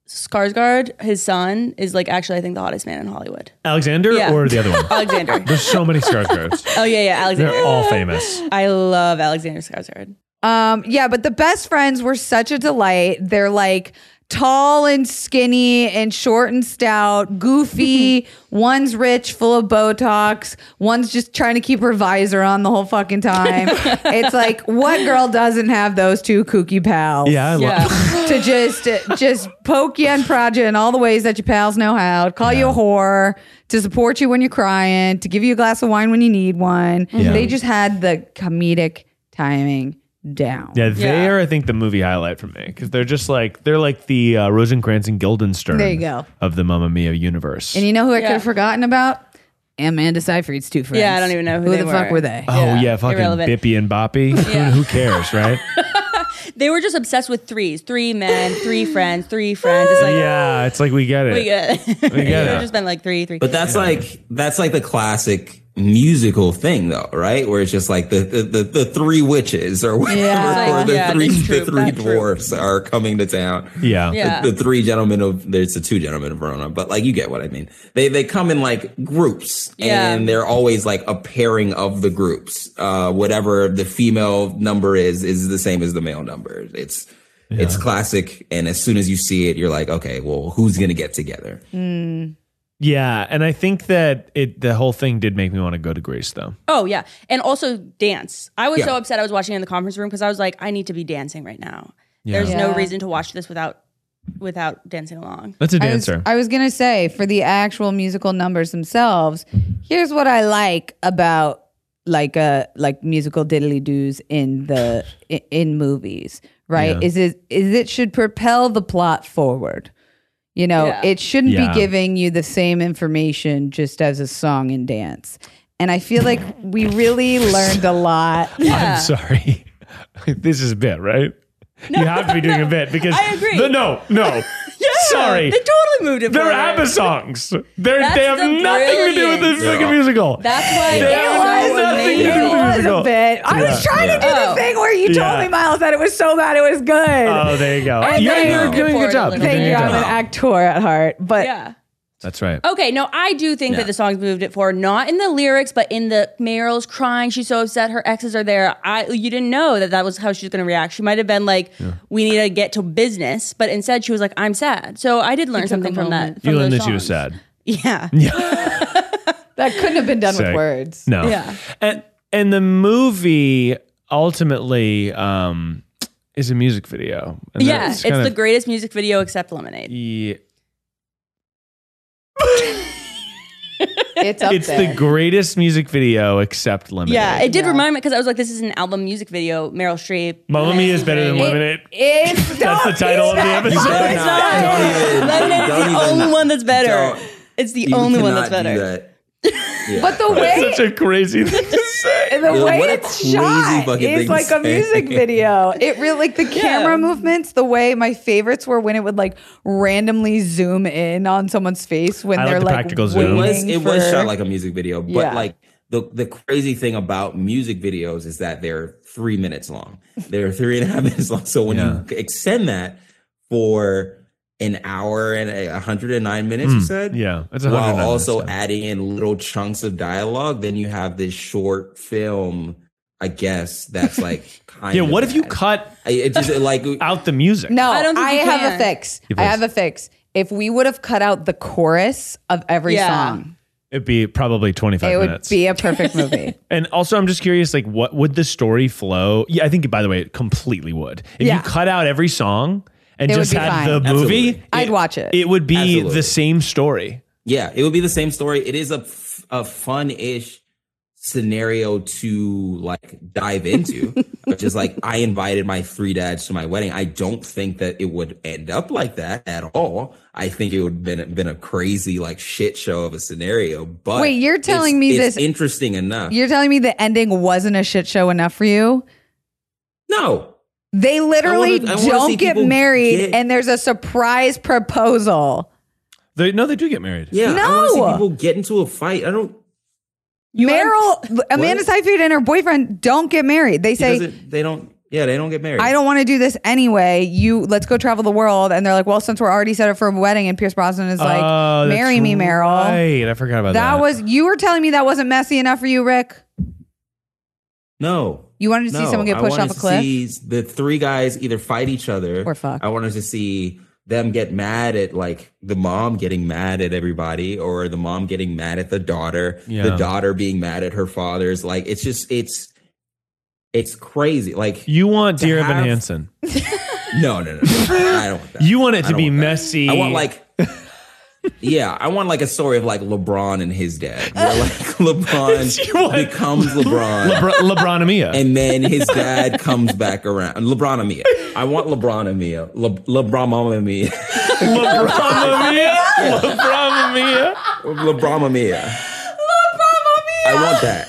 [SPEAKER 5] Skarsgård, his son, is like actually I think the hottest man in Hollywood.
[SPEAKER 3] Alexander
[SPEAKER 5] Yeah.
[SPEAKER 3] or the other one?
[SPEAKER 5] Alexander.
[SPEAKER 3] There's so many Skarsgårds.
[SPEAKER 5] oh yeah, yeah. Alexander.
[SPEAKER 3] They're all famous.
[SPEAKER 5] I love Alexander Skarsgård.
[SPEAKER 2] Um, yeah, but the best friends were such a delight. They're like tall and skinny and short and stout, goofy. one's rich, full of Botox. One's just trying to keep her visor on the whole fucking time. it's like, what girl doesn't have those two kooky pals?
[SPEAKER 3] Yeah, I love.
[SPEAKER 5] Yeah.
[SPEAKER 2] to just just poke you and prod you in all the ways that your pals know how, to call you a whore, to support you when you're crying, to give you a glass of wine when you need one.
[SPEAKER 3] Yeah.
[SPEAKER 2] They just had the comedic timing down.
[SPEAKER 3] Yeah, they
[SPEAKER 5] Yeah.
[SPEAKER 3] are. I think the movie highlight for me because they're just like they're like the uh, Rosencrantz and Guildenstern.
[SPEAKER 2] There you go.
[SPEAKER 3] Of the Mamma Mia universe.
[SPEAKER 2] And you know who I could
[SPEAKER 5] Yeah.
[SPEAKER 2] have forgotten about? Amanda Seyfried's two friends.
[SPEAKER 5] Yeah, I don't even know who they
[SPEAKER 2] the fuck
[SPEAKER 5] were.
[SPEAKER 2] were they.
[SPEAKER 3] oh yeah,
[SPEAKER 5] Yeah,
[SPEAKER 3] fucking
[SPEAKER 5] irrelevant.
[SPEAKER 3] Bippy and Boppy. Who, who cares, right?
[SPEAKER 5] They were just obsessed with threes, three men, three friends, three friends. It's like
[SPEAKER 3] yeah, it's like we get it.
[SPEAKER 5] we get. We
[SPEAKER 3] get it.
[SPEAKER 5] just been like three, three.
[SPEAKER 4] But that's like that's like the classic musical thing though, right? Where it's just like the the, the, the three witches or whatever,
[SPEAKER 5] Yeah.
[SPEAKER 4] or the
[SPEAKER 5] Yeah,
[SPEAKER 4] three
[SPEAKER 5] that's true,
[SPEAKER 4] the three
[SPEAKER 5] that's true.
[SPEAKER 4] dwarfs are coming to town.
[SPEAKER 3] Yeah.
[SPEAKER 4] The-
[SPEAKER 5] Yeah.
[SPEAKER 4] The, three gentlemen of there's the two gentlemen of Verona, but like you get what I mean. They they come in like groups
[SPEAKER 5] Yeah.
[SPEAKER 4] and they're always like a pairing of the groups. Uh whatever the female number is is the same as the male number. It's it's classic and as soon as you see it you're like, okay, well, who's going to get together?
[SPEAKER 3] Yeah, and I think that it the whole thing did make me want to go to Greece though.
[SPEAKER 5] oh yeah, and also dance. I was
[SPEAKER 4] Yeah.
[SPEAKER 5] so upset. I was watching in the conference room because I was like, I need to be dancing right now. There's no
[SPEAKER 2] Yeah.
[SPEAKER 5] reason to watch this without without dancing along.
[SPEAKER 3] That's a
[SPEAKER 2] I was,
[SPEAKER 3] dancer.
[SPEAKER 2] I was gonna say for the actual musical numbers themselves, here's what I like about like uh like musical diddly doos in the in, in movies, right? Is it is it should propel the plot forward. You know,
[SPEAKER 5] Yeah.
[SPEAKER 2] it shouldn't
[SPEAKER 3] Yeah.
[SPEAKER 2] be giving you the same information just as a song and dance. And I feel like we really learned a lot.
[SPEAKER 3] I'm sorry. this is a bit, right? you have to be doing a bit because
[SPEAKER 5] I agree.
[SPEAKER 3] The, no, no. sorry.
[SPEAKER 5] they totally moved it.
[SPEAKER 3] They're
[SPEAKER 5] forward.
[SPEAKER 3] ABBA songs. They're,
[SPEAKER 5] That's
[SPEAKER 3] they have
[SPEAKER 5] the
[SPEAKER 3] nothing to do with this
[SPEAKER 5] brilliance.
[SPEAKER 3] fucking musical.
[SPEAKER 5] That's why
[SPEAKER 3] They have
[SPEAKER 5] it was
[SPEAKER 3] nothing to
[SPEAKER 5] amazing.
[SPEAKER 3] do with the musical.
[SPEAKER 2] bit. I
[SPEAKER 3] Yeah.
[SPEAKER 2] was trying to do
[SPEAKER 5] Oh.
[SPEAKER 2] the thing where you
[SPEAKER 3] Yeah.
[SPEAKER 2] told me, Miles, that it was so bad it was good.
[SPEAKER 3] Oh, there you go.
[SPEAKER 2] And
[SPEAKER 3] You're,
[SPEAKER 2] then-
[SPEAKER 3] you're doing a good job. You're
[SPEAKER 5] Thank
[SPEAKER 3] doing
[SPEAKER 2] Thank
[SPEAKER 3] a
[SPEAKER 2] you.
[SPEAKER 3] good
[SPEAKER 2] I'm
[SPEAKER 3] job.
[SPEAKER 2] an actor at heart, but
[SPEAKER 5] Yeah.
[SPEAKER 3] That's right.
[SPEAKER 5] Okay, no, I do think that the songs moved it forward, not in the lyrics, but in the Meryl's crying. She's so upset her exes are there. I you didn't know that that was how she's going to react. She might have been like, "We need to get to business," but instead she was like, "I'm sad." So I did learn something from that.
[SPEAKER 3] You
[SPEAKER 5] from
[SPEAKER 3] learned
[SPEAKER 5] those
[SPEAKER 3] that she was
[SPEAKER 5] songs.
[SPEAKER 3] sad.
[SPEAKER 5] Yeah,
[SPEAKER 2] that couldn't have been done
[SPEAKER 3] Sick.
[SPEAKER 2] with words.
[SPEAKER 3] No.
[SPEAKER 5] Yeah.
[SPEAKER 3] And and the movie ultimately um, is a music video. And
[SPEAKER 5] yeah.
[SPEAKER 3] that's
[SPEAKER 5] It's
[SPEAKER 3] kind
[SPEAKER 5] the
[SPEAKER 3] of-
[SPEAKER 5] greatest music video except Lemonade.
[SPEAKER 3] Yeah.
[SPEAKER 2] It's up
[SPEAKER 3] It's
[SPEAKER 2] there.
[SPEAKER 3] the greatest music video except Lemonade.
[SPEAKER 5] Yeah, it did remind me because I was like, "This is an album music video." Meryl Streep.
[SPEAKER 3] Mamma Mia is better than Lemonade.
[SPEAKER 2] it's
[SPEAKER 3] That's the title of the episode.
[SPEAKER 4] better not. Don't even-
[SPEAKER 5] Lemonade is
[SPEAKER 4] don't
[SPEAKER 5] the
[SPEAKER 4] even-
[SPEAKER 5] only one that's
[SPEAKER 4] don't.
[SPEAKER 5] better. It's the
[SPEAKER 4] You
[SPEAKER 5] only one that's
[SPEAKER 4] cannot do
[SPEAKER 5] better.
[SPEAKER 4] that.
[SPEAKER 2] But the
[SPEAKER 3] That's
[SPEAKER 2] way
[SPEAKER 3] such a crazy thing to say.
[SPEAKER 2] the
[SPEAKER 4] What
[SPEAKER 2] way
[SPEAKER 4] a
[SPEAKER 2] it's
[SPEAKER 4] crazy
[SPEAKER 2] shot
[SPEAKER 4] fucking thing
[SPEAKER 2] is
[SPEAKER 4] to
[SPEAKER 2] like a
[SPEAKER 4] say.
[SPEAKER 2] music video. It really like the camera movements, the way my favorites were when it would like randomly zoom in on someone's face when
[SPEAKER 3] I like
[SPEAKER 2] they're
[SPEAKER 3] the
[SPEAKER 2] like
[SPEAKER 3] practical zoom.
[SPEAKER 4] It was
[SPEAKER 2] waiting
[SPEAKER 4] it was
[SPEAKER 2] for-
[SPEAKER 4] shot like a music video, but
[SPEAKER 2] Yeah.
[SPEAKER 4] like the the crazy thing about music videos is that they're three minutes long. They're three and a half minutes long. So when you extend that for an hour and a hundred and nine minutes, you said
[SPEAKER 3] Hmm. Mm. Yeah, it's
[SPEAKER 4] while
[SPEAKER 3] 109
[SPEAKER 4] also
[SPEAKER 3] minutes,
[SPEAKER 4] adding in little chunks of dialogue, then you have this short film. I guess that's like kind
[SPEAKER 3] yeah.
[SPEAKER 4] of
[SPEAKER 3] What if you
[SPEAKER 4] that.
[SPEAKER 3] cut
[SPEAKER 4] I- It just like
[SPEAKER 3] out the music?
[SPEAKER 2] No, I,
[SPEAKER 5] I don't think you
[SPEAKER 2] have a
[SPEAKER 5] can.
[SPEAKER 2] fix.
[SPEAKER 3] Give
[SPEAKER 2] I
[SPEAKER 3] us-
[SPEAKER 2] have a fix. If we would have cut out the chorus of every
[SPEAKER 5] Yeah.
[SPEAKER 2] song,
[SPEAKER 3] It'd be probably 25
[SPEAKER 2] It would
[SPEAKER 3] minutes.
[SPEAKER 2] be a perfect movie.
[SPEAKER 3] and also, I'm just curious, like, what would the story flow? Yeah, I think, by the way, it completely would. If
[SPEAKER 2] Yeah.
[SPEAKER 3] you cut out every song and
[SPEAKER 2] It would
[SPEAKER 3] just
[SPEAKER 2] be
[SPEAKER 3] had
[SPEAKER 2] fine.
[SPEAKER 3] the
[SPEAKER 4] Absolutely.
[SPEAKER 3] movie,
[SPEAKER 2] I'd
[SPEAKER 3] it-
[SPEAKER 2] watch it.
[SPEAKER 3] It would be
[SPEAKER 4] Absolutely.
[SPEAKER 3] the same story.
[SPEAKER 4] Yeah, it would be the same story. It is a f- a fun ish scenario to like dive into, which is like I invited my three dads to my wedding. I don't think that it would end up like that at all. I think it would have been been a crazy like shit show of a scenario. But
[SPEAKER 2] Wait, you're
[SPEAKER 4] it's-
[SPEAKER 2] telling me this-
[SPEAKER 4] it's interesting enough?
[SPEAKER 2] You're telling me the ending wasn't a shit show enough for you?
[SPEAKER 4] no,
[SPEAKER 2] They literally
[SPEAKER 4] I wanna see
[SPEAKER 2] don't get
[SPEAKER 4] people
[SPEAKER 2] married,
[SPEAKER 4] get-
[SPEAKER 2] and there's a surprise proposal.
[SPEAKER 3] They, no, they do get married.
[SPEAKER 4] yeah, I want to
[SPEAKER 2] No.
[SPEAKER 4] see people get into a fight. I don't.
[SPEAKER 2] Meryl, Amanda Seyfried, and her boyfriend don't get married. They
[SPEAKER 4] Say,
[SPEAKER 2] say,
[SPEAKER 4] they don't. Yeah, they don't get married.
[SPEAKER 2] "I don't want to do this anyway. You let's go travel the world." And they're like, "Well, since we're already set up for a wedding," and Pierce Brosnan is like,
[SPEAKER 3] Oh, that's
[SPEAKER 2] "Marry me, Meryl."
[SPEAKER 3] Right. I forgot about
[SPEAKER 2] That,
[SPEAKER 3] that.
[SPEAKER 2] was you were telling me that wasn't messy enough for you, Rick.
[SPEAKER 4] No.
[SPEAKER 2] You wanted to see someone get
[SPEAKER 4] I
[SPEAKER 2] pushed off
[SPEAKER 4] wanted
[SPEAKER 2] a
[SPEAKER 4] to
[SPEAKER 2] cliff?
[SPEAKER 4] See the three guys either fight each other
[SPEAKER 2] We're fucked.
[SPEAKER 4] I wanted to see them get mad at like the mom getting mad at everybody, or the mom getting mad at the daughter,
[SPEAKER 3] Yeah.
[SPEAKER 4] the daughter being mad at her father's. Like it's just it's it's crazy. Like
[SPEAKER 3] You want
[SPEAKER 4] To
[SPEAKER 3] Dear Evan
[SPEAKER 4] have-
[SPEAKER 3] Hansen.
[SPEAKER 4] no, no, no, no. I don't want that.
[SPEAKER 3] You want it
[SPEAKER 4] I
[SPEAKER 3] to
[SPEAKER 4] don't
[SPEAKER 3] be
[SPEAKER 4] want that.
[SPEAKER 3] messy.
[SPEAKER 4] I want like. yeah, I want like a story of like LeBron and his dad, where like LeBron
[SPEAKER 3] You want-
[SPEAKER 4] becomes LeBron,
[SPEAKER 3] Lebr- Lebronomia.
[SPEAKER 4] and then his dad comes back around. LeBronomia. I want LeBronomia. Le- LeBronomia.
[SPEAKER 3] Lebronomia. Lebronomia.
[SPEAKER 4] LeBronomia. I want that.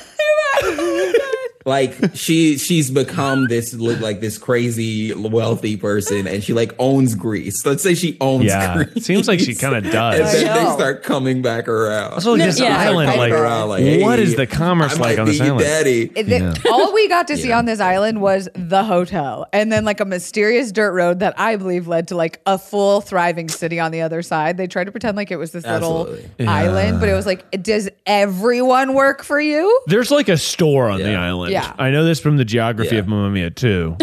[SPEAKER 4] Like she she's become this like this crazy wealthy person and she like owns Greece. Let's say she owns
[SPEAKER 3] Yeah.
[SPEAKER 4] Greece.
[SPEAKER 3] Seems like she kinda does.
[SPEAKER 4] And then
[SPEAKER 2] I know.
[SPEAKER 4] they start coming back around.
[SPEAKER 3] Also, like this
[SPEAKER 5] Yeah, like
[SPEAKER 3] island,
[SPEAKER 4] Coming
[SPEAKER 3] like,
[SPEAKER 4] around,
[SPEAKER 3] what is
[SPEAKER 4] hey,
[SPEAKER 3] the commerce
[SPEAKER 4] I
[SPEAKER 3] like
[SPEAKER 4] might
[SPEAKER 3] on
[SPEAKER 4] be
[SPEAKER 3] this
[SPEAKER 4] your
[SPEAKER 3] island?
[SPEAKER 4] Daddy.
[SPEAKER 2] It- the- all we got to see on this island was the hotel and then like a mysterious dirt road that I believe led to like a full thriving city on the other side. They tried to pretend like it was this
[SPEAKER 4] Absolutely.
[SPEAKER 2] little island, but it was like, does everyone work for you?
[SPEAKER 3] There's like a store on the
[SPEAKER 4] Yeah.
[SPEAKER 3] island.
[SPEAKER 2] Yeah.
[SPEAKER 3] I know this from the geography
[SPEAKER 4] Yeah.
[SPEAKER 3] of Mamma Mia too,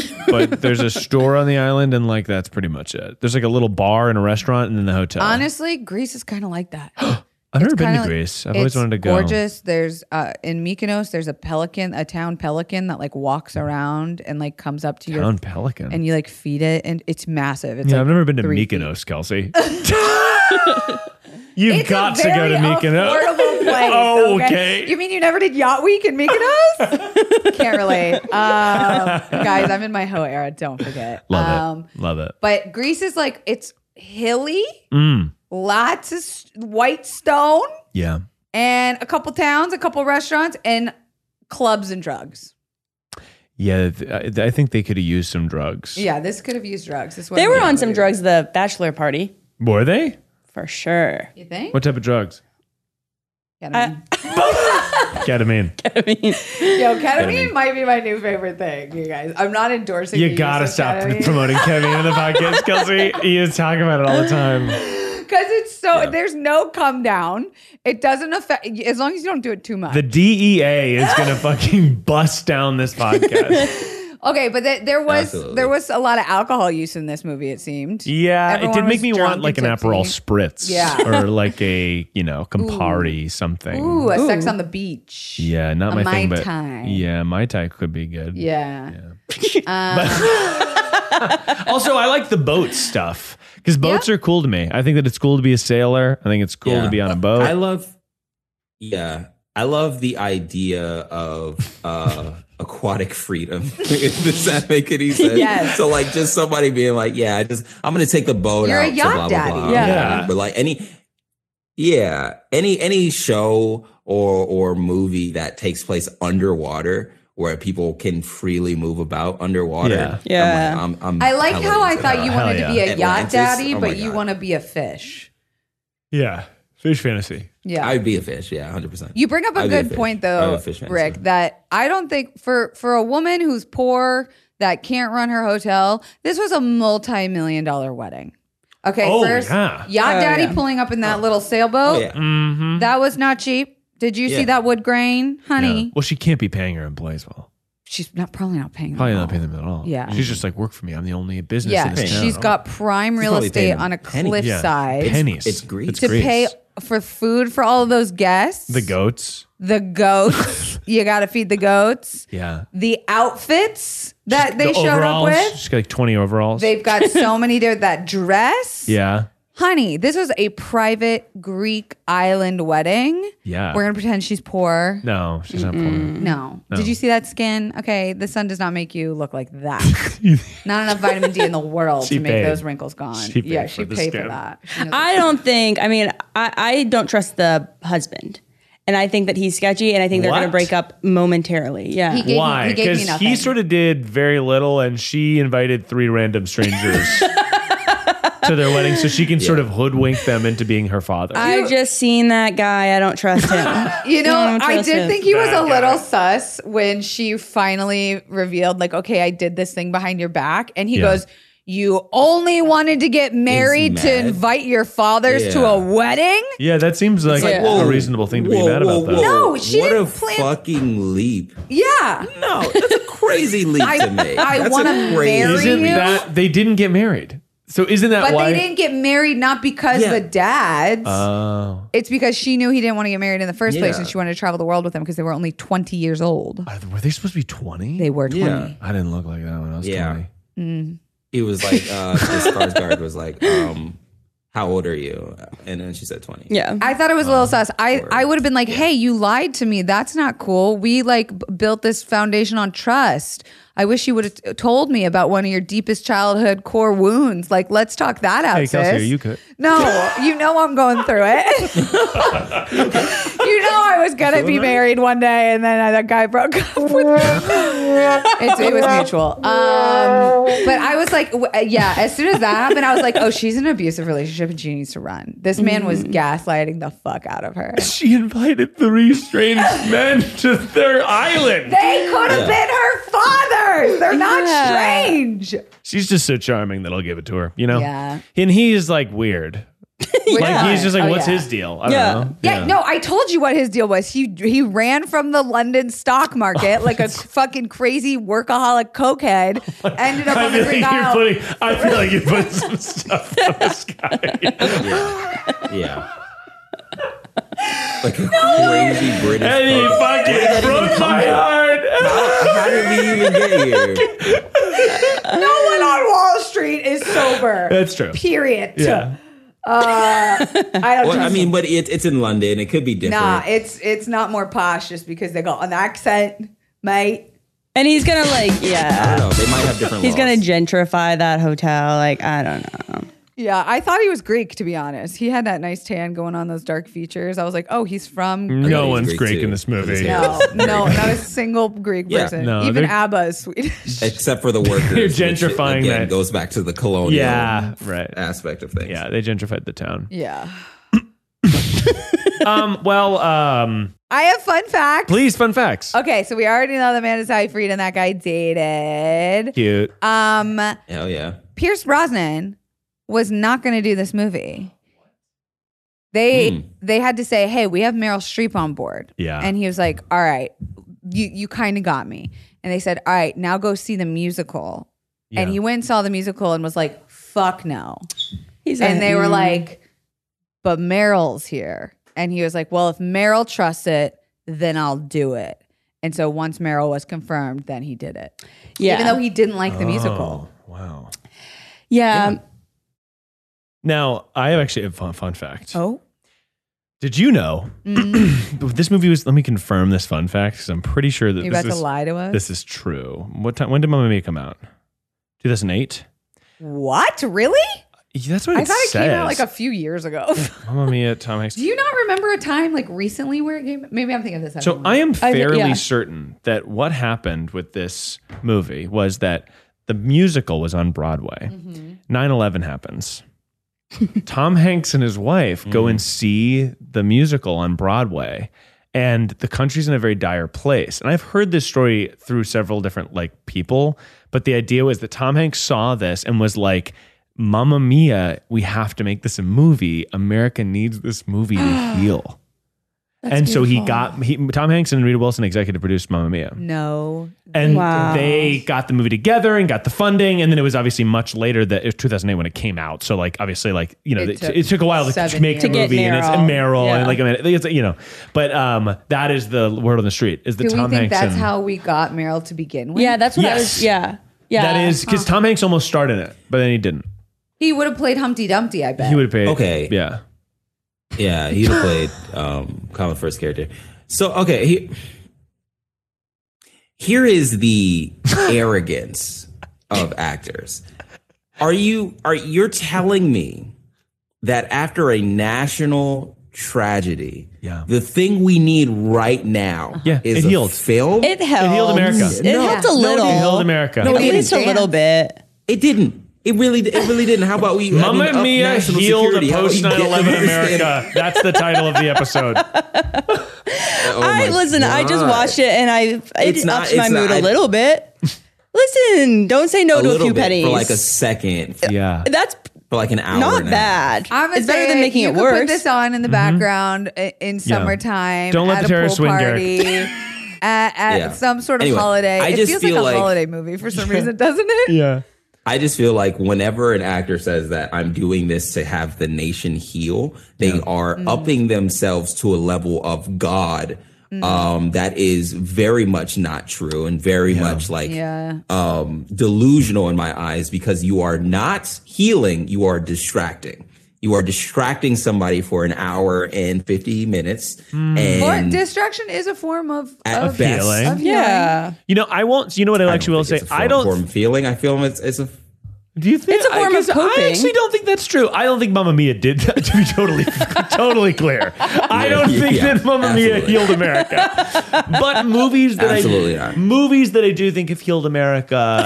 [SPEAKER 3] but there's a store on the island, and like that's pretty much it. There's like a little bar and a restaurant, and then the hotel.
[SPEAKER 2] Honestly, Greece is kind of like that.
[SPEAKER 3] I've never been
[SPEAKER 2] Kinda
[SPEAKER 3] to
[SPEAKER 2] like-
[SPEAKER 3] Greece. I've always
[SPEAKER 2] it's
[SPEAKER 3] wanted to go.
[SPEAKER 2] Gorgeous. There's uh, in Mykonos. There's a pelican, a town pelican that like walks around and like comes up to your
[SPEAKER 3] Town Pelican.
[SPEAKER 2] and you like feed it, and it's massive. It's
[SPEAKER 3] yeah,
[SPEAKER 2] like,
[SPEAKER 3] I've never been to
[SPEAKER 2] three
[SPEAKER 3] Mykonos, Kelsey. You've
[SPEAKER 2] It's a
[SPEAKER 3] got to go
[SPEAKER 2] very
[SPEAKER 3] to Mykonos.
[SPEAKER 2] affordable place,
[SPEAKER 3] Oh, okay.
[SPEAKER 2] You mean you never did yacht week in Mykonos? Can't relate, um, guys. I'm in my hoe era. Don't forget.
[SPEAKER 3] Love
[SPEAKER 2] um,
[SPEAKER 3] it. Love it.
[SPEAKER 2] But Greece is like it's hilly,
[SPEAKER 3] Mm,
[SPEAKER 2] lots of s- white stone,
[SPEAKER 3] yeah.
[SPEAKER 2] and a couple towns, a couple restaurants, and clubs and drugs.
[SPEAKER 3] Yeah, th- I- th- I think they could have used some drugs.
[SPEAKER 2] Yeah, this could have used drugs. This
[SPEAKER 5] They were on some drugs the bachelor party
[SPEAKER 3] Were they?
[SPEAKER 5] for sure.
[SPEAKER 2] You think?
[SPEAKER 3] What type of drugs?
[SPEAKER 2] Ketamine.
[SPEAKER 3] Ketamine.
[SPEAKER 5] I mean,
[SPEAKER 2] Yo, ketamine might be my new favorite thing, you guys. I'm not endorsing. the
[SPEAKER 3] You
[SPEAKER 2] use
[SPEAKER 3] gotta
[SPEAKER 2] of
[SPEAKER 3] stop
[SPEAKER 2] ketamine.
[SPEAKER 3] promoting ketamine in the podcast, Kelsey. You talk about it all the time.
[SPEAKER 2] Because it's so there's no come down. It doesn't affect as long as you don't do it too much.
[SPEAKER 3] The DEA is gonna fucking bust down this podcast.
[SPEAKER 2] okay, but th- there was
[SPEAKER 4] Absolutely.
[SPEAKER 2] there was a lot of alcohol use in this movie. It seemed.
[SPEAKER 3] Yeah,
[SPEAKER 2] Everyone
[SPEAKER 3] it did make
[SPEAKER 2] was
[SPEAKER 3] me
[SPEAKER 2] drunk
[SPEAKER 3] want like an
[SPEAKER 2] and tipsy.
[SPEAKER 3] Aperol spritz,
[SPEAKER 2] Yeah.
[SPEAKER 3] or like a you know Campari something.
[SPEAKER 2] Ooh, a sex on the beach.
[SPEAKER 3] Yeah, not
[SPEAKER 2] A
[SPEAKER 3] my thing,
[SPEAKER 2] Mai
[SPEAKER 3] but
[SPEAKER 2] Tai.
[SPEAKER 3] yeah, my type could be good.
[SPEAKER 2] Yeah. Um,
[SPEAKER 3] Also, I like the boat stuff because boats are cool to me. I think that it's cool to be a sailor. I think it's cool
[SPEAKER 4] Yeah.
[SPEAKER 3] to be on a boat.
[SPEAKER 4] I love, yeah, I love the idea of uh, aquatic freedom. Does that make any sense?
[SPEAKER 2] Yes.
[SPEAKER 4] So like, just somebody being like, yeah, I just I'm gonna take the boat
[SPEAKER 2] You're a
[SPEAKER 4] out. to
[SPEAKER 2] yacht
[SPEAKER 4] blah, blah,
[SPEAKER 2] daddy.
[SPEAKER 4] blah.
[SPEAKER 3] Yeah. Yeah.
[SPEAKER 4] But like any, yeah, any any show or or movie that takes place underwater. Where people can freely move about underwater.
[SPEAKER 3] Yeah.
[SPEAKER 5] Yeah.
[SPEAKER 4] I'm, like, I'm, I'm
[SPEAKER 2] I like
[SPEAKER 4] hella
[SPEAKER 2] how I
[SPEAKER 4] into
[SPEAKER 2] thought
[SPEAKER 4] that.
[SPEAKER 2] you
[SPEAKER 3] Hell
[SPEAKER 2] wanted to
[SPEAKER 3] yeah.
[SPEAKER 2] be a yacht
[SPEAKER 4] Atlantis,
[SPEAKER 2] daddy,
[SPEAKER 4] oh my
[SPEAKER 2] but you
[SPEAKER 4] God.
[SPEAKER 2] want to be a fish.
[SPEAKER 3] yeah, fish fantasy.
[SPEAKER 2] Yeah.
[SPEAKER 4] I'd be a fish. Yeah, hundred percent.
[SPEAKER 2] You bring up a
[SPEAKER 4] I'd be a
[SPEAKER 2] good
[SPEAKER 4] fish.
[SPEAKER 2] point
[SPEAKER 4] I'm
[SPEAKER 2] though,
[SPEAKER 4] a fish man,
[SPEAKER 2] Rick,
[SPEAKER 4] so.
[SPEAKER 2] that I don't think for for a woman who's poor that can't run her hotel, this was a multi-million dollar wedding. Okay,
[SPEAKER 3] Oh,
[SPEAKER 2] first
[SPEAKER 3] yeah.
[SPEAKER 2] yacht
[SPEAKER 5] Oh,
[SPEAKER 2] daddy
[SPEAKER 5] yeah.
[SPEAKER 2] pulling up in that little sailboat.
[SPEAKER 4] Oh, yeah.
[SPEAKER 3] Mm-hmm.
[SPEAKER 2] That was not cheap. Did you see
[SPEAKER 4] Yeah.
[SPEAKER 2] that wood grain, honey?
[SPEAKER 3] Well, she can't be paying her employees well.
[SPEAKER 2] she's not probably not paying. them
[SPEAKER 3] Probably
[SPEAKER 2] at
[SPEAKER 3] not
[SPEAKER 2] all.
[SPEAKER 3] paying them at all.
[SPEAKER 2] Yeah.
[SPEAKER 3] She's just like, work for me. I'm the only business in
[SPEAKER 2] Yeah,
[SPEAKER 3] this town.
[SPEAKER 2] she's got prime real
[SPEAKER 4] probably
[SPEAKER 2] estate
[SPEAKER 4] paying
[SPEAKER 2] on a
[SPEAKER 4] them pennies.
[SPEAKER 2] cliffside side
[SPEAKER 3] pennies.
[SPEAKER 4] it's Greece.
[SPEAKER 2] to
[SPEAKER 3] Greece.
[SPEAKER 2] pay for food for all of those guests.
[SPEAKER 3] the goats.
[SPEAKER 2] the goats. you got to feed the goats.
[SPEAKER 3] Yeah.
[SPEAKER 2] The outfits that they
[SPEAKER 3] The
[SPEAKER 2] showed up
[SPEAKER 3] overalls.
[SPEAKER 2] with.
[SPEAKER 3] She's got like 20 overalls.
[SPEAKER 2] They've got so many there. That dress.
[SPEAKER 3] yeah.
[SPEAKER 2] Honey, this was a private Greek island wedding.
[SPEAKER 3] Yeah.
[SPEAKER 2] We're going to pretend she's poor.
[SPEAKER 3] no, she's not poor.
[SPEAKER 2] No. Did you see that skin? Okay, the sun does not make you look like that. not enough vitamin D in the world
[SPEAKER 3] She
[SPEAKER 2] to make
[SPEAKER 3] paid.
[SPEAKER 2] those wrinkles gone.
[SPEAKER 3] She paid
[SPEAKER 2] yeah,
[SPEAKER 3] for
[SPEAKER 2] she
[SPEAKER 3] the
[SPEAKER 2] paid for
[SPEAKER 3] skin.
[SPEAKER 2] that. She knows-
[SPEAKER 5] I don't think. I mean, I, I don't trust the husband, and I think that he's sketchy, and I think they're going
[SPEAKER 3] What?
[SPEAKER 5] to break up momentarily. Yeah,
[SPEAKER 2] He gave me-
[SPEAKER 3] Why?
[SPEAKER 2] he gave me
[SPEAKER 3] Because he,
[SPEAKER 2] nothing.
[SPEAKER 3] sort of did very little, and she invited three random strangers to their wedding, so she can sort of hoodwink them into being her father.
[SPEAKER 5] I just seen that guy. I don't trust him.
[SPEAKER 2] you know,
[SPEAKER 5] I don't
[SPEAKER 2] I
[SPEAKER 5] trust
[SPEAKER 2] did
[SPEAKER 5] him.
[SPEAKER 2] think he was a little sus when she finally revealed, like, okay, I did this thing behind your back. And he
[SPEAKER 3] Yeah.
[SPEAKER 2] goes, You only wanted to get married to
[SPEAKER 4] mad.
[SPEAKER 2] invite your fathers to
[SPEAKER 4] Yeah.
[SPEAKER 2] a wedding?
[SPEAKER 3] yeah, that seems like,
[SPEAKER 5] like,
[SPEAKER 3] a
[SPEAKER 4] Whoa.
[SPEAKER 3] reasonable thing to be
[SPEAKER 4] Whoa,
[SPEAKER 3] mad
[SPEAKER 4] whoa,
[SPEAKER 3] about, though.
[SPEAKER 4] whoa.
[SPEAKER 2] No, she
[SPEAKER 4] what
[SPEAKER 2] didn't
[SPEAKER 4] a
[SPEAKER 2] plan-
[SPEAKER 4] fucking leap.
[SPEAKER 2] Yeah.
[SPEAKER 4] No, that's a crazy leap
[SPEAKER 2] I-
[SPEAKER 4] to make.
[SPEAKER 2] I
[SPEAKER 4] That's a
[SPEAKER 2] wanna
[SPEAKER 4] crazy
[SPEAKER 2] marry
[SPEAKER 4] leap.
[SPEAKER 3] Isn't
[SPEAKER 2] you?
[SPEAKER 3] that they didn't get married? So isn't that
[SPEAKER 2] But
[SPEAKER 3] why?
[SPEAKER 2] they didn't get married not because
[SPEAKER 4] Yeah.
[SPEAKER 2] the dads.
[SPEAKER 3] Oh,
[SPEAKER 2] It's because she knew he didn't want to get married in the first place
[SPEAKER 4] Yeah.
[SPEAKER 2] and she wanted to travel the world with him because they were only 20 years old.
[SPEAKER 3] Are- were they supposed to be twenty?
[SPEAKER 2] They were 20.
[SPEAKER 4] Yeah.
[SPEAKER 3] I didn't look like that when I was
[SPEAKER 4] Yeah.
[SPEAKER 3] twenty.
[SPEAKER 4] He was like, uh, the Skarsgård was like, um, how old are you? And then she said 20.
[SPEAKER 5] yeah.
[SPEAKER 2] I thought it was a
[SPEAKER 4] Uh,
[SPEAKER 2] little sus. I, I would have been like, hey, you lied to me. That's not cool. We like b- built this foundation on trust. I wish you would have t- told me about one of your deepest childhood core wounds. Like, let's talk that out,
[SPEAKER 3] Hey, Kelsey,
[SPEAKER 2] sis.
[SPEAKER 3] you could.
[SPEAKER 2] No, you know I'm going through it. you know I was gonna be married one day, and then I, that guy broke up with me. It's- it was mutual. Um, but I was like, w- uh, yeah. As soon as that happened, I was like, oh, she's in an abusive relationship, and she needs to run. This man was gaslighting the fuck out of her.
[SPEAKER 3] She invited three strange men to their island.
[SPEAKER 2] They could have been her fathers. They're not strange.
[SPEAKER 3] She's just so charming that I'll give it to her, you know?
[SPEAKER 2] Yeah.
[SPEAKER 3] And he's like weird. Like he's just like,
[SPEAKER 2] Oh,
[SPEAKER 3] what's
[SPEAKER 2] yeah.
[SPEAKER 3] his deal? I
[SPEAKER 5] Yeah.
[SPEAKER 3] don't know.
[SPEAKER 2] Yeah, no, I told you what his deal was. He he ran from the London stock market like a fucking crazy workaholic cokehead. Ended up
[SPEAKER 3] I
[SPEAKER 2] on the
[SPEAKER 3] feel,
[SPEAKER 2] Greek
[SPEAKER 3] like you're
[SPEAKER 2] Isle.
[SPEAKER 3] putting, I feel like you're putting some stuff on this guy.
[SPEAKER 4] Yeah. Like a crazy British.
[SPEAKER 3] And he
[SPEAKER 4] couple.
[SPEAKER 3] fucking broke my heart.
[SPEAKER 4] How did we even get here?
[SPEAKER 2] No one on Wall Street is sober.
[SPEAKER 3] That's true.
[SPEAKER 2] Period.
[SPEAKER 3] Yeah.
[SPEAKER 2] I don't
[SPEAKER 4] Well, I
[SPEAKER 2] trust
[SPEAKER 4] mean, but it, it's in London. It could be
[SPEAKER 2] him.
[SPEAKER 4] different.
[SPEAKER 2] Nah, it's it's not more posh just because they got an accent, mate.
[SPEAKER 5] and he's gonna like,
[SPEAKER 4] I
[SPEAKER 5] yeah,
[SPEAKER 4] don't know. They might have different
[SPEAKER 5] he's
[SPEAKER 4] laws.
[SPEAKER 5] gonna gentrify that hotel. Like, I don't know.
[SPEAKER 2] Yeah, I thought he was Greek to be honest. He had that nice tan going on, those dark features. I was like, oh, he's from.
[SPEAKER 3] No
[SPEAKER 4] he's
[SPEAKER 3] one's Greek,
[SPEAKER 4] Greek too.
[SPEAKER 3] in this movie.
[SPEAKER 4] Yeah.
[SPEAKER 2] No, no, not a single Greek
[SPEAKER 4] Yeah,
[SPEAKER 2] person.
[SPEAKER 3] no,
[SPEAKER 2] Even
[SPEAKER 3] they're-
[SPEAKER 2] ABBA is Swedish.
[SPEAKER 4] Except for the workers.
[SPEAKER 3] You're
[SPEAKER 4] which,
[SPEAKER 3] gentrifying
[SPEAKER 4] again,
[SPEAKER 3] that.
[SPEAKER 4] goes back to the colonial
[SPEAKER 3] Yeah. Right.
[SPEAKER 4] aspect of things.
[SPEAKER 3] Yeah. They gentrified the town.
[SPEAKER 2] Yeah.
[SPEAKER 3] Um, well, um,
[SPEAKER 2] I have fun facts.
[SPEAKER 3] please, fun facts.
[SPEAKER 2] Okay, so we already know the man is Seyfried and that guy dated.
[SPEAKER 3] Cute.
[SPEAKER 2] Um,
[SPEAKER 4] Hell yeah.
[SPEAKER 2] Pierce Brosnan was not going to do this movie. They they had to say, "Hey, we have Meryl Streep on board."
[SPEAKER 3] Hmm. Yeah.
[SPEAKER 2] and he was like, "All right, you you kind of got me." And they said, "All right, now go see the musical." And
[SPEAKER 3] Yeah.
[SPEAKER 2] he went and saw the musical and was like, "Fuck no."
[SPEAKER 5] He's
[SPEAKER 2] And
[SPEAKER 5] a-
[SPEAKER 2] they were like, but Meryl's here. And he was like, well, if Meryl trusts it, then I'll do it. And so once Meryl was confirmed, then he did it.
[SPEAKER 5] yeah,
[SPEAKER 2] Even though he didn't like the musical.
[SPEAKER 3] Oh, wow.
[SPEAKER 5] yeah.
[SPEAKER 3] Now, I have actually a fun, fun fact.
[SPEAKER 2] Oh.
[SPEAKER 3] Did you know
[SPEAKER 2] Mm-hmm.
[SPEAKER 3] this movie was? Let me confirm this fun fact because I'm pretty sure that
[SPEAKER 2] You're
[SPEAKER 3] this
[SPEAKER 2] about
[SPEAKER 3] is
[SPEAKER 2] to lie to us?
[SPEAKER 3] this is true. What time? When did Mamma Mia come out? 2008.
[SPEAKER 2] what? Really?
[SPEAKER 3] That's what
[SPEAKER 2] I
[SPEAKER 3] it
[SPEAKER 2] thought it
[SPEAKER 3] says.
[SPEAKER 2] came out like a few years ago.
[SPEAKER 3] Mamma Mia, Tom Hanks.
[SPEAKER 2] do you not remember a time like recently where it came? Maybe I'm thinking of this.
[SPEAKER 3] So I am
[SPEAKER 5] I thi-
[SPEAKER 3] fairly
[SPEAKER 5] yeah.
[SPEAKER 3] certain that what happened with this movie was that the musical was on Broadway.
[SPEAKER 2] Mm.
[SPEAKER 5] Mm-hmm.
[SPEAKER 3] 9/11 happens. Tom Hanks and his wife go and see the musical on Broadway and the country's in a very dire place. And I've heard this story through several different like people, but the idea was that Tom Hanks saw this and was like Mamma Mia, we have to make this a movie. America needs this movie to heal. and so he got he, Tom Hanks and Rita Wilson executive produced Mamma Mia.
[SPEAKER 2] No.
[SPEAKER 3] And
[SPEAKER 5] Wow.
[SPEAKER 3] they got the movie together and got the funding, and then it was obviously much later that it was 2008 when it came out. So like obviously like you know
[SPEAKER 2] It
[SPEAKER 3] it,
[SPEAKER 2] took
[SPEAKER 3] it took a while to
[SPEAKER 2] seven
[SPEAKER 3] make
[SPEAKER 2] years. To
[SPEAKER 3] the
[SPEAKER 5] get
[SPEAKER 3] movie and it's and
[SPEAKER 5] Meryl.
[SPEAKER 3] Meryl
[SPEAKER 5] Yeah.
[SPEAKER 3] and like I mean it's, you know, but um that is the word on the street is that
[SPEAKER 2] Do
[SPEAKER 3] Tom
[SPEAKER 2] we think
[SPEAKER 3] Hanks
[SPEAKER 2] that's
[SPEAKER 3] and,
[SPEAKER 2] how we got Meryl to begin with?
[SPEAKER 5] Yeah, that's what I
[SPEAKER 3] Yes.
[SPEAKER 5] was. Yeah, yeah.
[SPEAKER 3] that is because Tom Hanks almost starred in it, but then he didn't.
[SPEAKER 2] He would have played Humpty Dumpty, I bet.
[SPEAKER 3] He would have paid.
[SPEAKER 4] Okay.
[SPEAKER 3] yeah.
[SPEAKER 4] Yeah, he'd have played um, Colin Firth's character. So okay, he, here is the arrogance of actors. Are you are you're telling me that after a national tragedy,
[SPEAKER 3] Yeah.
[SPEAKER 4] the thing we need right now
[SPEAKER 3] Yeah,
[SPEAKER 4] is
[SPEAKER 3] it
[SPEAKER 4] a
[SPEAKER 3] healed.
[SPEAKER 4] film?
[SPEAKER 5] It helped.
[SPEAKER 3] America.
[SPEAKER 5] It
[SPEAKER 4] No,
[SPEAKER 5] helped
[SPEAKER 4] no,
[SPEAKER 5] a
[SPEAKER 4] it
[SPEAKER 5] little.
[SPEAKER 4] didn't.
[SPEAKER 3] He held America.
[SPEAKER 4] No,
[SPEAKER 5] At
[SPEAKER 4] it didn't.
[SPEAKER 5] least a little bit.
[SPEAKER 4] It didn't. It really, it really didn't. How about we? I
[SPEAKER 3] Mamma
[SPEAKER 4] mean, up
[SPEAKER 3] Mia
[SPEAKER 4] national
[SPEAKER 3] healed
[SPEAKER 4] security.
[SPEAKER 3] a
[SPEAKER 4] How about we
[SPEAKER 3] post
[SPEAKER 4] get
[SPEAKER 3] 9 11
[SPEAKER 4] this thing-
[SPEAKER 3] America. That's the title of the episode.
[SPEAKER 4] Oh my
[SPEAKER 5] I listen. I just
[SPEAKER 4] God.
[SPEAKER 5] watched it and I it
[SPEAKER 4] It's not-
[SPEAKER 5] ups my
[SPEAKER 4] it's not-
[SPEAKER 5] mood a
[SPEAKER 4] I-
[SPEAKER 5] little bit. listen, don't say no
[SPEAKER 4] a
[SPEAKER 5] to a
[SPEAKER 4] little
[SPEAKER 5] few
[SPEAKER 4] bit
[SPEAKER 5] pennies.
[SPEAKER 4] for like a second,
[SPEAKER 3] Yeah.
[SPEAKER 5] That's
[SPEAKER 4] for like an hour.
[SPEAKER 5] not
[SPEAKER 4] and a half.
[SPEAKER 5] bad.
[SPEAKER 2] I would
[SPEAKER 5] It's better
[SPEAKER 2] say
[SPEAKER 5] than making
[SPEAKER 2] you
[SPEAKER 5] it
[SPEAKER 2] could
[SPEAKER 5] worse.
[SPEAKER 2] Put this on in the background i- in summertime.
[SPEAKER 3] Mm-hmm. Don't let
[SPEAKER 2] at
[SPEAKER 3] the
[SPEAKER 2] a
[SPEAKER 3] terrorists
[SPEAKER 2] pool
[SPEAKER 3] win,
[SPEAKER 2] party.
[SPEAKER 3] Garrick.
[SPEAKER 2] At, at
[SPEAKER 4] Yeah.
[SPEAKER 2] some sort of
[SPEAKER 4] Anyway,
[SPEAKER 2] holiday,
[SPEAKER 4] I
[SPEAKER 2] it
[SPEAKER 4] just
[SPEAKER 2] feels like
[SPEAKER 4] feel
[SPEAKER 2] a
[SPEAKER 4] like-
[SPEAKER 2] holiday movie for some reason, doesn't it?
[SPEAKER 3] Yeah.
[SPEAKER 4] I just feel like whenever an actor says that I'm doing this to have the nation heal, they are upping themselves to a level of God. Um, that is very much not true and very much like
[SPEAKER 2] Yeah.
[SPEAKER 4] um, delusional in my eyes because you are not healing, you are distracting. You are distracting somebody for an hour and 50 minutes.
[SPEAKER 2] Or
[SPEAKER 4] And
[SPEAKER 2] distraction is a form of,
[SPEAKER 4] At
[SPEAKER 2] of
[SPEAKER 4] best.
[SPEAKER 3] Mm. Feeling.
[SPEAKER 2] of healing.
[SPEAKER 5] yeah.
[SPEAKER 3] You know, I won't. You know what I actually will
[SPEAKER 4] think
[SPEAKER 3] say?
[SPEAKER 4] it's a
[SPEAKER 3] I
[SPEAKER 4] form-
[SPEAKER 3] don't.
[SPEAKER 4] form of feeling. I feel it's, it's a
[SPEAKER 3] Do you think
[SPEAKER 5] It's a form
[SPEAKER 3] I,
[SPEAKER 5] of
[SPEAKER 3] 'cause I
[SPEAKER 5] coping.
[SPEAKER 3] actually don't think that's true. I don't think Mamma Mia did that. To be totally, totally clear, I don't
[SPEAKER 4] Yeah,
[SPEAKER 3] think
[SPEAKER 4] yeah,
[SPEAKER 3] that Mamma Mia
[SPEAKER 4] absolutely.
[SPEAKER 3] healed America. But movies that
[SPEAKER 4] Absolutely
[SPEAKER 3] I
[SPEAKER 4] not.
[SPEAKER 3] movies that I do think have healed America.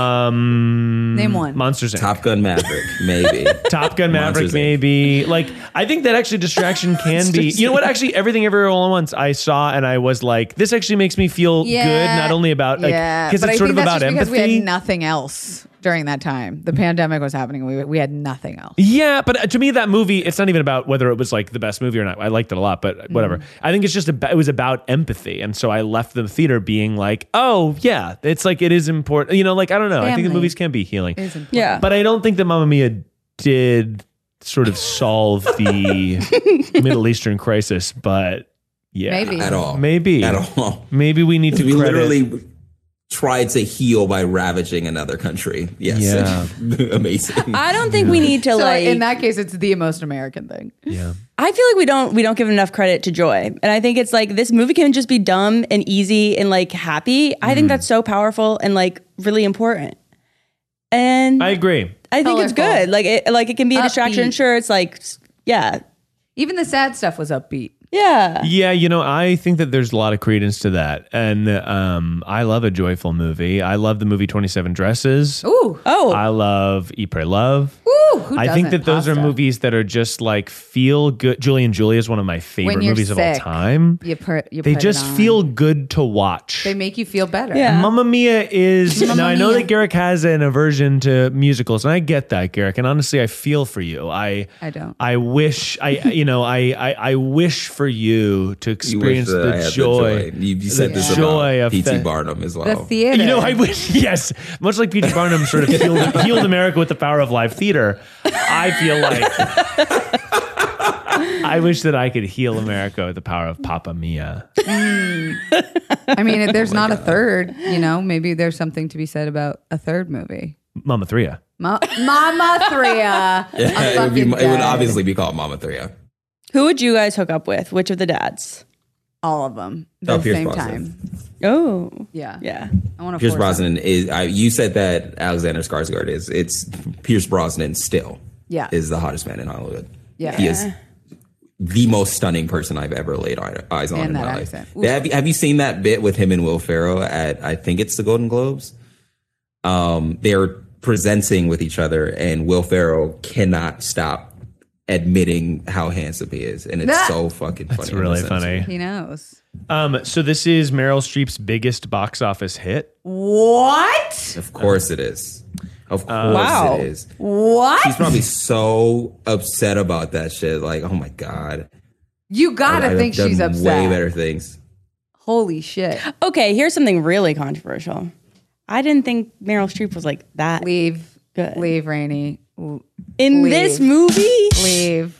[SPEAKER 3] Um,
[SPEAKER 2] Mm. Name one.
[SPEAKER 3] Monsters Inc. Top,
[SPEAKER 4] Top Gun Maverick, maybe.
[SPEAKER 3] Gun Maverick,
[SPEAKER 4] Monsters, Inc.
[SPEAKER 3] maybe. Like I think that actually distraction can be. You know what? Actually, everything everywhere all at once. I saw and I was like, this actually makes me feel
[SPEAKER 2] Yeah.
[SPEAKER 3] good. Not only about like,
[SPEAKER 2] yeah,
[SPEAKER 3] because
[SPEAKER 2] but
[SPEAKER 3] it's
[SPEAKER 2] I
[SPEAKER 3] sort
[SPEAKER 2] think
[SPEAKER 3] of
[SPEAKER 2] that's
[SPEAKER 3] about
[SPEAKER 2] just
[SPEAKER 3] empathy.
[SPEAKER 2] Because we had nothing else during that time. The pandemic was happening. We we had nothing else.
[SPEAKER 3] Yeah, but uh, to me, that movie, it's not even about whether it was like the best movie or not. I liked it a lot,
[SPEAKER 2] Mm-hmm.
[SPEAKER 3] but whatever. I think it's just about, it was about empathy. And so I left the theater being like, oh, yeah, it's like it is important. You know, like, I don't know. I think the
[SPEAKER 2] Family
[SPEAKER 3] movies can be healing.
[SPEAKER 5] Yeah.
[SPEAKER 3] But I don't think that Mamma Mia did sort of solve the Middle Eastern crisis, but yeah.
[SPEAKER 2] Maybe.
[SPEAKER 4] At all.
[SPEAKER 3] Maybe.
[SPEAKER 4] At all.
[SPEAKER 3] Maybe we need to
[SPEAKER 4] We
[SPEAKER 3] credit-
[SPEAKER 4] literally tried to heal by ravaging another country. Yes. Amazing.
[SPEAKER 5] I don't think we need to
[SPEAKER 2] So
[SPEAKER 5] like.
[SPEAKER 2] in that case, it's the most American thing.
[SPEAKER 3] Yeah.
[SPEAKER 5] I feel like we don't we don't give enough credit to joy, and I think it's like this movie can just be dumb and easy and like happy. I
[SPEAKER 4] Mm-hmm.
[SPEAKER 5] think that's so powerful and like really important. And
[SPEAKER 3] I
[SPEAKER 5] I,
[SPEAKER 3] agree.
[SPEAKER 5] think it's
[SPEAKER 2] Colorful.
[SPEAKER 5] good. Like it like it can be a distraction.
[SPEAKER 2] Upbeat.
[SPEAKER 5] Sure, it's like s- yeah,
[SPEAKER 2] Even the sad stuff was upbeat.
[SPEAKER 5] yeah.
[SPEAKER 3] Yeah, you know, I think that there's a lot of credence to that. And um, I love a joyful movie. I love the movie 27 Dresses.
[SPEAKER 2] Ooh,
[SPEAKER 5] Oh,
[SPEAKER 3] I love Eat, Pray, Love.
[SPEAKER 2] ooh. Who
[SPEAKER 3] I think
[SPEAKER 2] doesn't?
[SPEAKER 3] that those are
[SPEAKER 2] Pasta.
[SPEAKER 3] movies that are just like feel good. Julie and Julia is one of my favorite
[SPEAKER 2] you're
[SPEAKER 3] movies of all
[SPEAKER 2] sick,
[SPEAKER 3] time.
[SPEAKER 2] You put, you
[SPEAKER 3] They
[SPEAKER 2] put it
[SPEAKER 3] just
[SPEAKER 2] on.
[SPEAKER 3] feel good to watch.
[SPEAKER 2] They make you feel better.
[SPEAKER 5] Yeah.
[SPEAKER 3] Mamma Mia is now. I know
[SPEAKER 5] Mia.
[SPEAKER 3] that Garrick has an aversion to musicals, and I get that, Garrick. And honestly, I feel for you. I
[SPEAKER 2] I don't.
[SPEAKER 3] I wish I you know I I, I wish for you to
[SPEAKER 4] You wish
[SPEAKER 3] experience
[SPEAKER 4] that I had
[SPEAKER 3] the, joy.
[SPEAKER 4] You, you said
[SPEAKER 3] the
[SPEAKER 4] this
[SPEAKER 3] joy of
[SPEAKER 4] about P.T.
[SPEAKER 3] the-
[SPEAKER 4] Barnum as
[SPEAKER 2] The
[SPEAKER 4] well.
[SPEAKER 2] theater.
[SPEAKER 3] You know, I wish yes. Much like P.T. Barnum sort of healed, healed America with the power of live theater, I feel like I wish that I could heal America with the power of Papa Mia.
[SPEAKER 2] I mean, if
[SPEAKER 4] Oh
[SPEAKER 2] there's not a third, you know, maybe there's something to be said about a third movie.
[SPEAKER 3] Mama Thria.
[SPEAKER 2] Ma- Mama Thria.
[SPEAKER 4] it, would be, it would obviously be called Mama Thria.
[SPEAKER 5] who would you guys hook up with? Which of the dads?
[SPEAKER 2] all of them
[SPEAKER 4] Oh,
[SPEAKER 2] at the
[SPEAKER 4] Pierce
[SPEAKER 2] same
[SPEAKER 4] Brosnan.
[SPEAKER 2] time.
[SPEAKER 5] Oh,
[SPEAKER 2] Yeah.
[SPEAKER 5] yeah.
[SPEAKER 2] I want to
[SPEAKER 4] Pierce Brosnan is. I, you said that Alexander Skarsgård is. It's Pierce Brosnan still.
[SPEAKER 2] Yeah.
[SPEAKER 4] Is the hottest man in Hollywood.
[SPEAKER 2] Yeah.
[SPEAKER 4] He is the most stunning person I've ever laid eye- eyes on
[SPEAKER 2] And
[SPEAKER 4] in
[SPEAKER 2] that
[SPEAKER 4] my
[SPEAKER 2] accent. Ooh.
[SPEAKER 4] life. Have you, have you seen that bit with him and Will Ferrell at I think it's the Golden Globes? Um, they're presenting with each other, and Will Ferrell cannot stop admitting how handsome he is, and it's
[SPEAKER 2] That-
[SPEAKER 4] so fucking funny.
[SPEAKER 3] It's
[SPEAKER 4] in
[SPEAKER 3] really
[SPEAKER 4] the sense.
[SPEAKER 3] funny.
[SPEAKER 2] He knows.
[SPEAKER 3] Um, so this is Meryl Streep's biggest box office hit.
[SPEAKER 2] What?
[SPEAKER 4] Of course it is. Of course
[SPEAKER 5] Wow.
[SPEAKER 4] it is.
[SPEAKER 2] What?
[SPEAKER 4] She's probably so upset about that shit. Like, oh my god,
[SPEAKER 2] You gotta
[SPEAKER 4] I've
[SPEAKER 2] think
[SPEAKER 4] done
[SPEAKER 2] she's upset.
[SPEAKER 4] Way better things.
[SPEAKER 2] Holy shit.
[SPEAKER 5] Okay, here's something really controversial. I didn't think Meryl Streep was like that
[SPEAKER 2] Leave.
[SPEAKER 5] Good.
[SPEAKER 2] Leave, Rainey. L-
[SPEAKER 5] in
[SPEAKER 2] leave.
[SPEAKER 5] this movie.
[SPEAKER 2] Leave. Leave.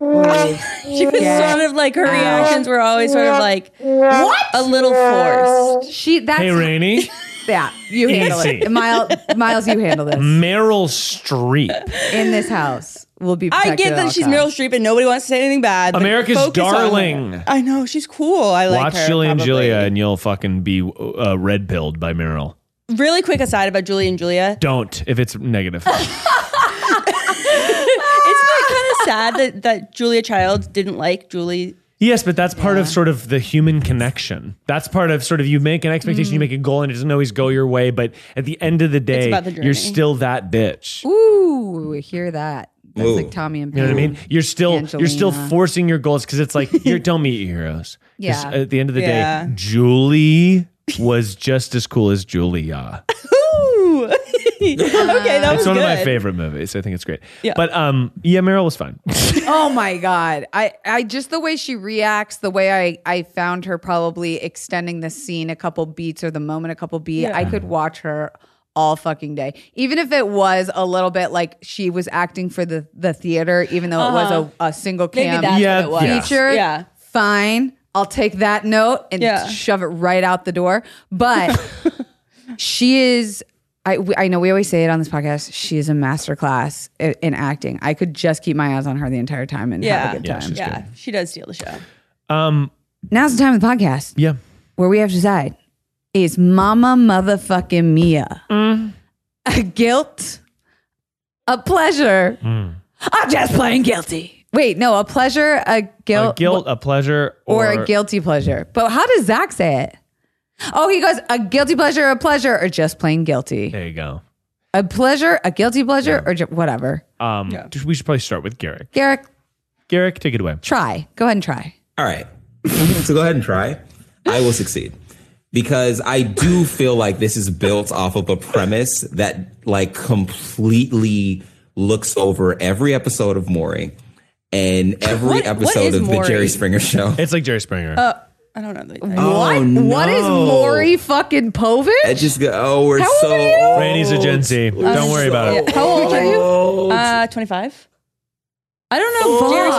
[SPEAKER 5] She was sort of like her reactions were always sort of like what a little forced.
[SPEAKER 2] She that's
[SPEAKER 3] Hey, Rainey.
[SPEAKER 2] yeah, you handle
[SPEAKER 3] Easy.
[SPEAKER 2] it. Miles Miles, you handle this.
[SPEAKER 3] Meryl Streep.
[SPEAKER 2] In this house. We'll be
[SPEAKER 5] I
[SPEAKER 2] protected
[SPEAKER 5] get
[SPEAKER 2] at all
[SPEAKER 5] that she's
[SPEAKER 2] costs.
[SPEAKER 5] Meryl Streep and nobody wants to say anything bad. but
[SPEAKER 3] America's
[SPEAKER 5] focus on her.
[SPEAKER 3] darling.
[SPEAKER 5] I know she's cool. I like
[SPEAKER 3] Watch
[SPEAKER 5] her,
[SPEAKER 3] Julie and
[SPEAKER 5] probably.
[SPEAKER 3] Julia, and you'll fucking be uh, red pilled by Meryl.
[SPEAKER 5] Really quick aside about Julie and Julia.
[SPEAKER 3] Don't if it's negative.
[SPEAKER 5] It's kind of sad that that Julia Childs didn't like Julie.
[SPEAKER 3] yes, but that's part of sort of the human connection. That's part of sort of you make an expectation,
[SPEAKER 5] Mm.
[SPEAKER 3] you make a goal, and it doesn't always go your way. But at the end of the day,
[SPEAKER 5] about the journey.
[SPEAKER 3] you're still that bitch.
[SPEAKER 2] Ooh, hear that. That's
[SPEAKER 4] Ooh.
[SPEAKER 2] like Tommy and
[SPEAKER 3] You know what I mean? You're still you're still
[SPEAKER 2] Angelina.
[SPEAKER 3] forcing your goals because it's like you don't meet your heroes. 'Cause
[SPEAKER 2] Yeah.
[SPEAKER 3] At the end of the
[SPEAKER 5] Yeah.
[SPEAKER 3] day, Julie was just as cool as Julia.
[SPEAKER 5] Ooh. okay, that was
[SPEAKER 3] It's one
[SPEAKER 5] good.
[SPEAKER 3] of my favorite movies. I think it's great.
[SPEAKER 5] Yeah.
[SPEAKER 3] But um, yeah, Meryl was fine.
[SPEAKER 2] Oh my god. I I just the way she reacts, the way I I found her probably extending the scene a couple beats or the moment a couple beats. I could watch her all fucking day. Even if it was a little bit like she was acting for the the theater even though it was a, a single
[SPEAKER 5] Maybe
[SPEAKER 2] cam
[SPEAKER 5] that's
[SPEAKER 3] Yeah,
[SPEAKER 5] what it
[SPEAKER 3] yeah.
[SPEAKER 5] was.
[SPEAKER 2] feature.
[SPEAKER 5] Yeah.
[SPEAKER 2] Fine. I'll take that note and
[SPEAKER 5] Yeah.
[SPEAKER 2] shove it right out the door. But she is I, we- I know we always say it on this podcast. She is a masterclass i- in acting. I could just keep my eyes on her the entire time and have
[SPEAKER 5] Yeah.
[SPEAKER 2] a good
[SPEAKER 3] Yeah,
[SPEAKER 2] time.
[SPEAKER 3] she's-
[SPEAKER 5] Yeah, she does steal the show.
[SPEAKER 3] Um,
[SPEAKER 2] Now's the time of the podcast
[SPEAKER 3] yeah.
[SPEAKER 2] where we have to decide is Mama motherfucking Mia a guilt, a pleasure?
[SPEAKER 3] Mm.
[SPEAKER 2] I'm just playing guilty. Wait, no, a pleasure, a
[SPEAKER 3] A
[SPEAKER 2] guilt,
[SPEAKER 3] guilt, a pleasure,
[SPEAKER 2] or,
[SPEAKER 3] or,
[SPEAKER 2] a guilty pleasure. But how does Zach say it? Oh, he goes a guilty pleasure, a pleasure, or just plain guilty.
[SPEAKER 3] There you go.
[SPEAKER 2] A pleasure, a guilty pleasure, or ju- whatever.
[SPEAKER 3] Um, we should probably start with Garrick.
[SPEAKER 2] Garrick,
[SPEAKER 3] Garrick, take it away.
[SPEAKER 2] try. Go ahead and try.
[SPEAKER 4] All right. so go ahead and try. I will succeed because I do feel like this is built off of a premise that like completely looks over every episode of Maury and every
[SPEAKER 5] What- what
[SPEAKER 4] episode
[SPEAKER 5] is
[SPEAKER 4] of the
[SPEAKER 5] Maury?
[SPEAKER 4] Jerry Springer show.
[SPEAKER 3] It's like Jerry Springer.
[SPEAKER 2] Uh,
[SPEAKER 5] I don't know. the-
[SPEAKER 4] Oh,
[SPEAKER 2] What is
[SPEAKER 4] no.
[SPEAKER 2] Maury fucking Povich?
[SPEAKER 4] I just go, oh, we're
[SPEAKER 2] How
[SPEAKER 4] so
[SPEAKER 2] old are you?
[SPEAKER 4] old.
[SPEAKER 3] Rainey's a Gen Z.
[SPEAKER 4] We're
[SPEAKER 3] Don't worry about it.
[SPEAKER 4] so
[SPEAKER 5] How old are you?
[SPEAKER 4] old.
[SPEAKER 5] Uh, 25. I don't know. Jerry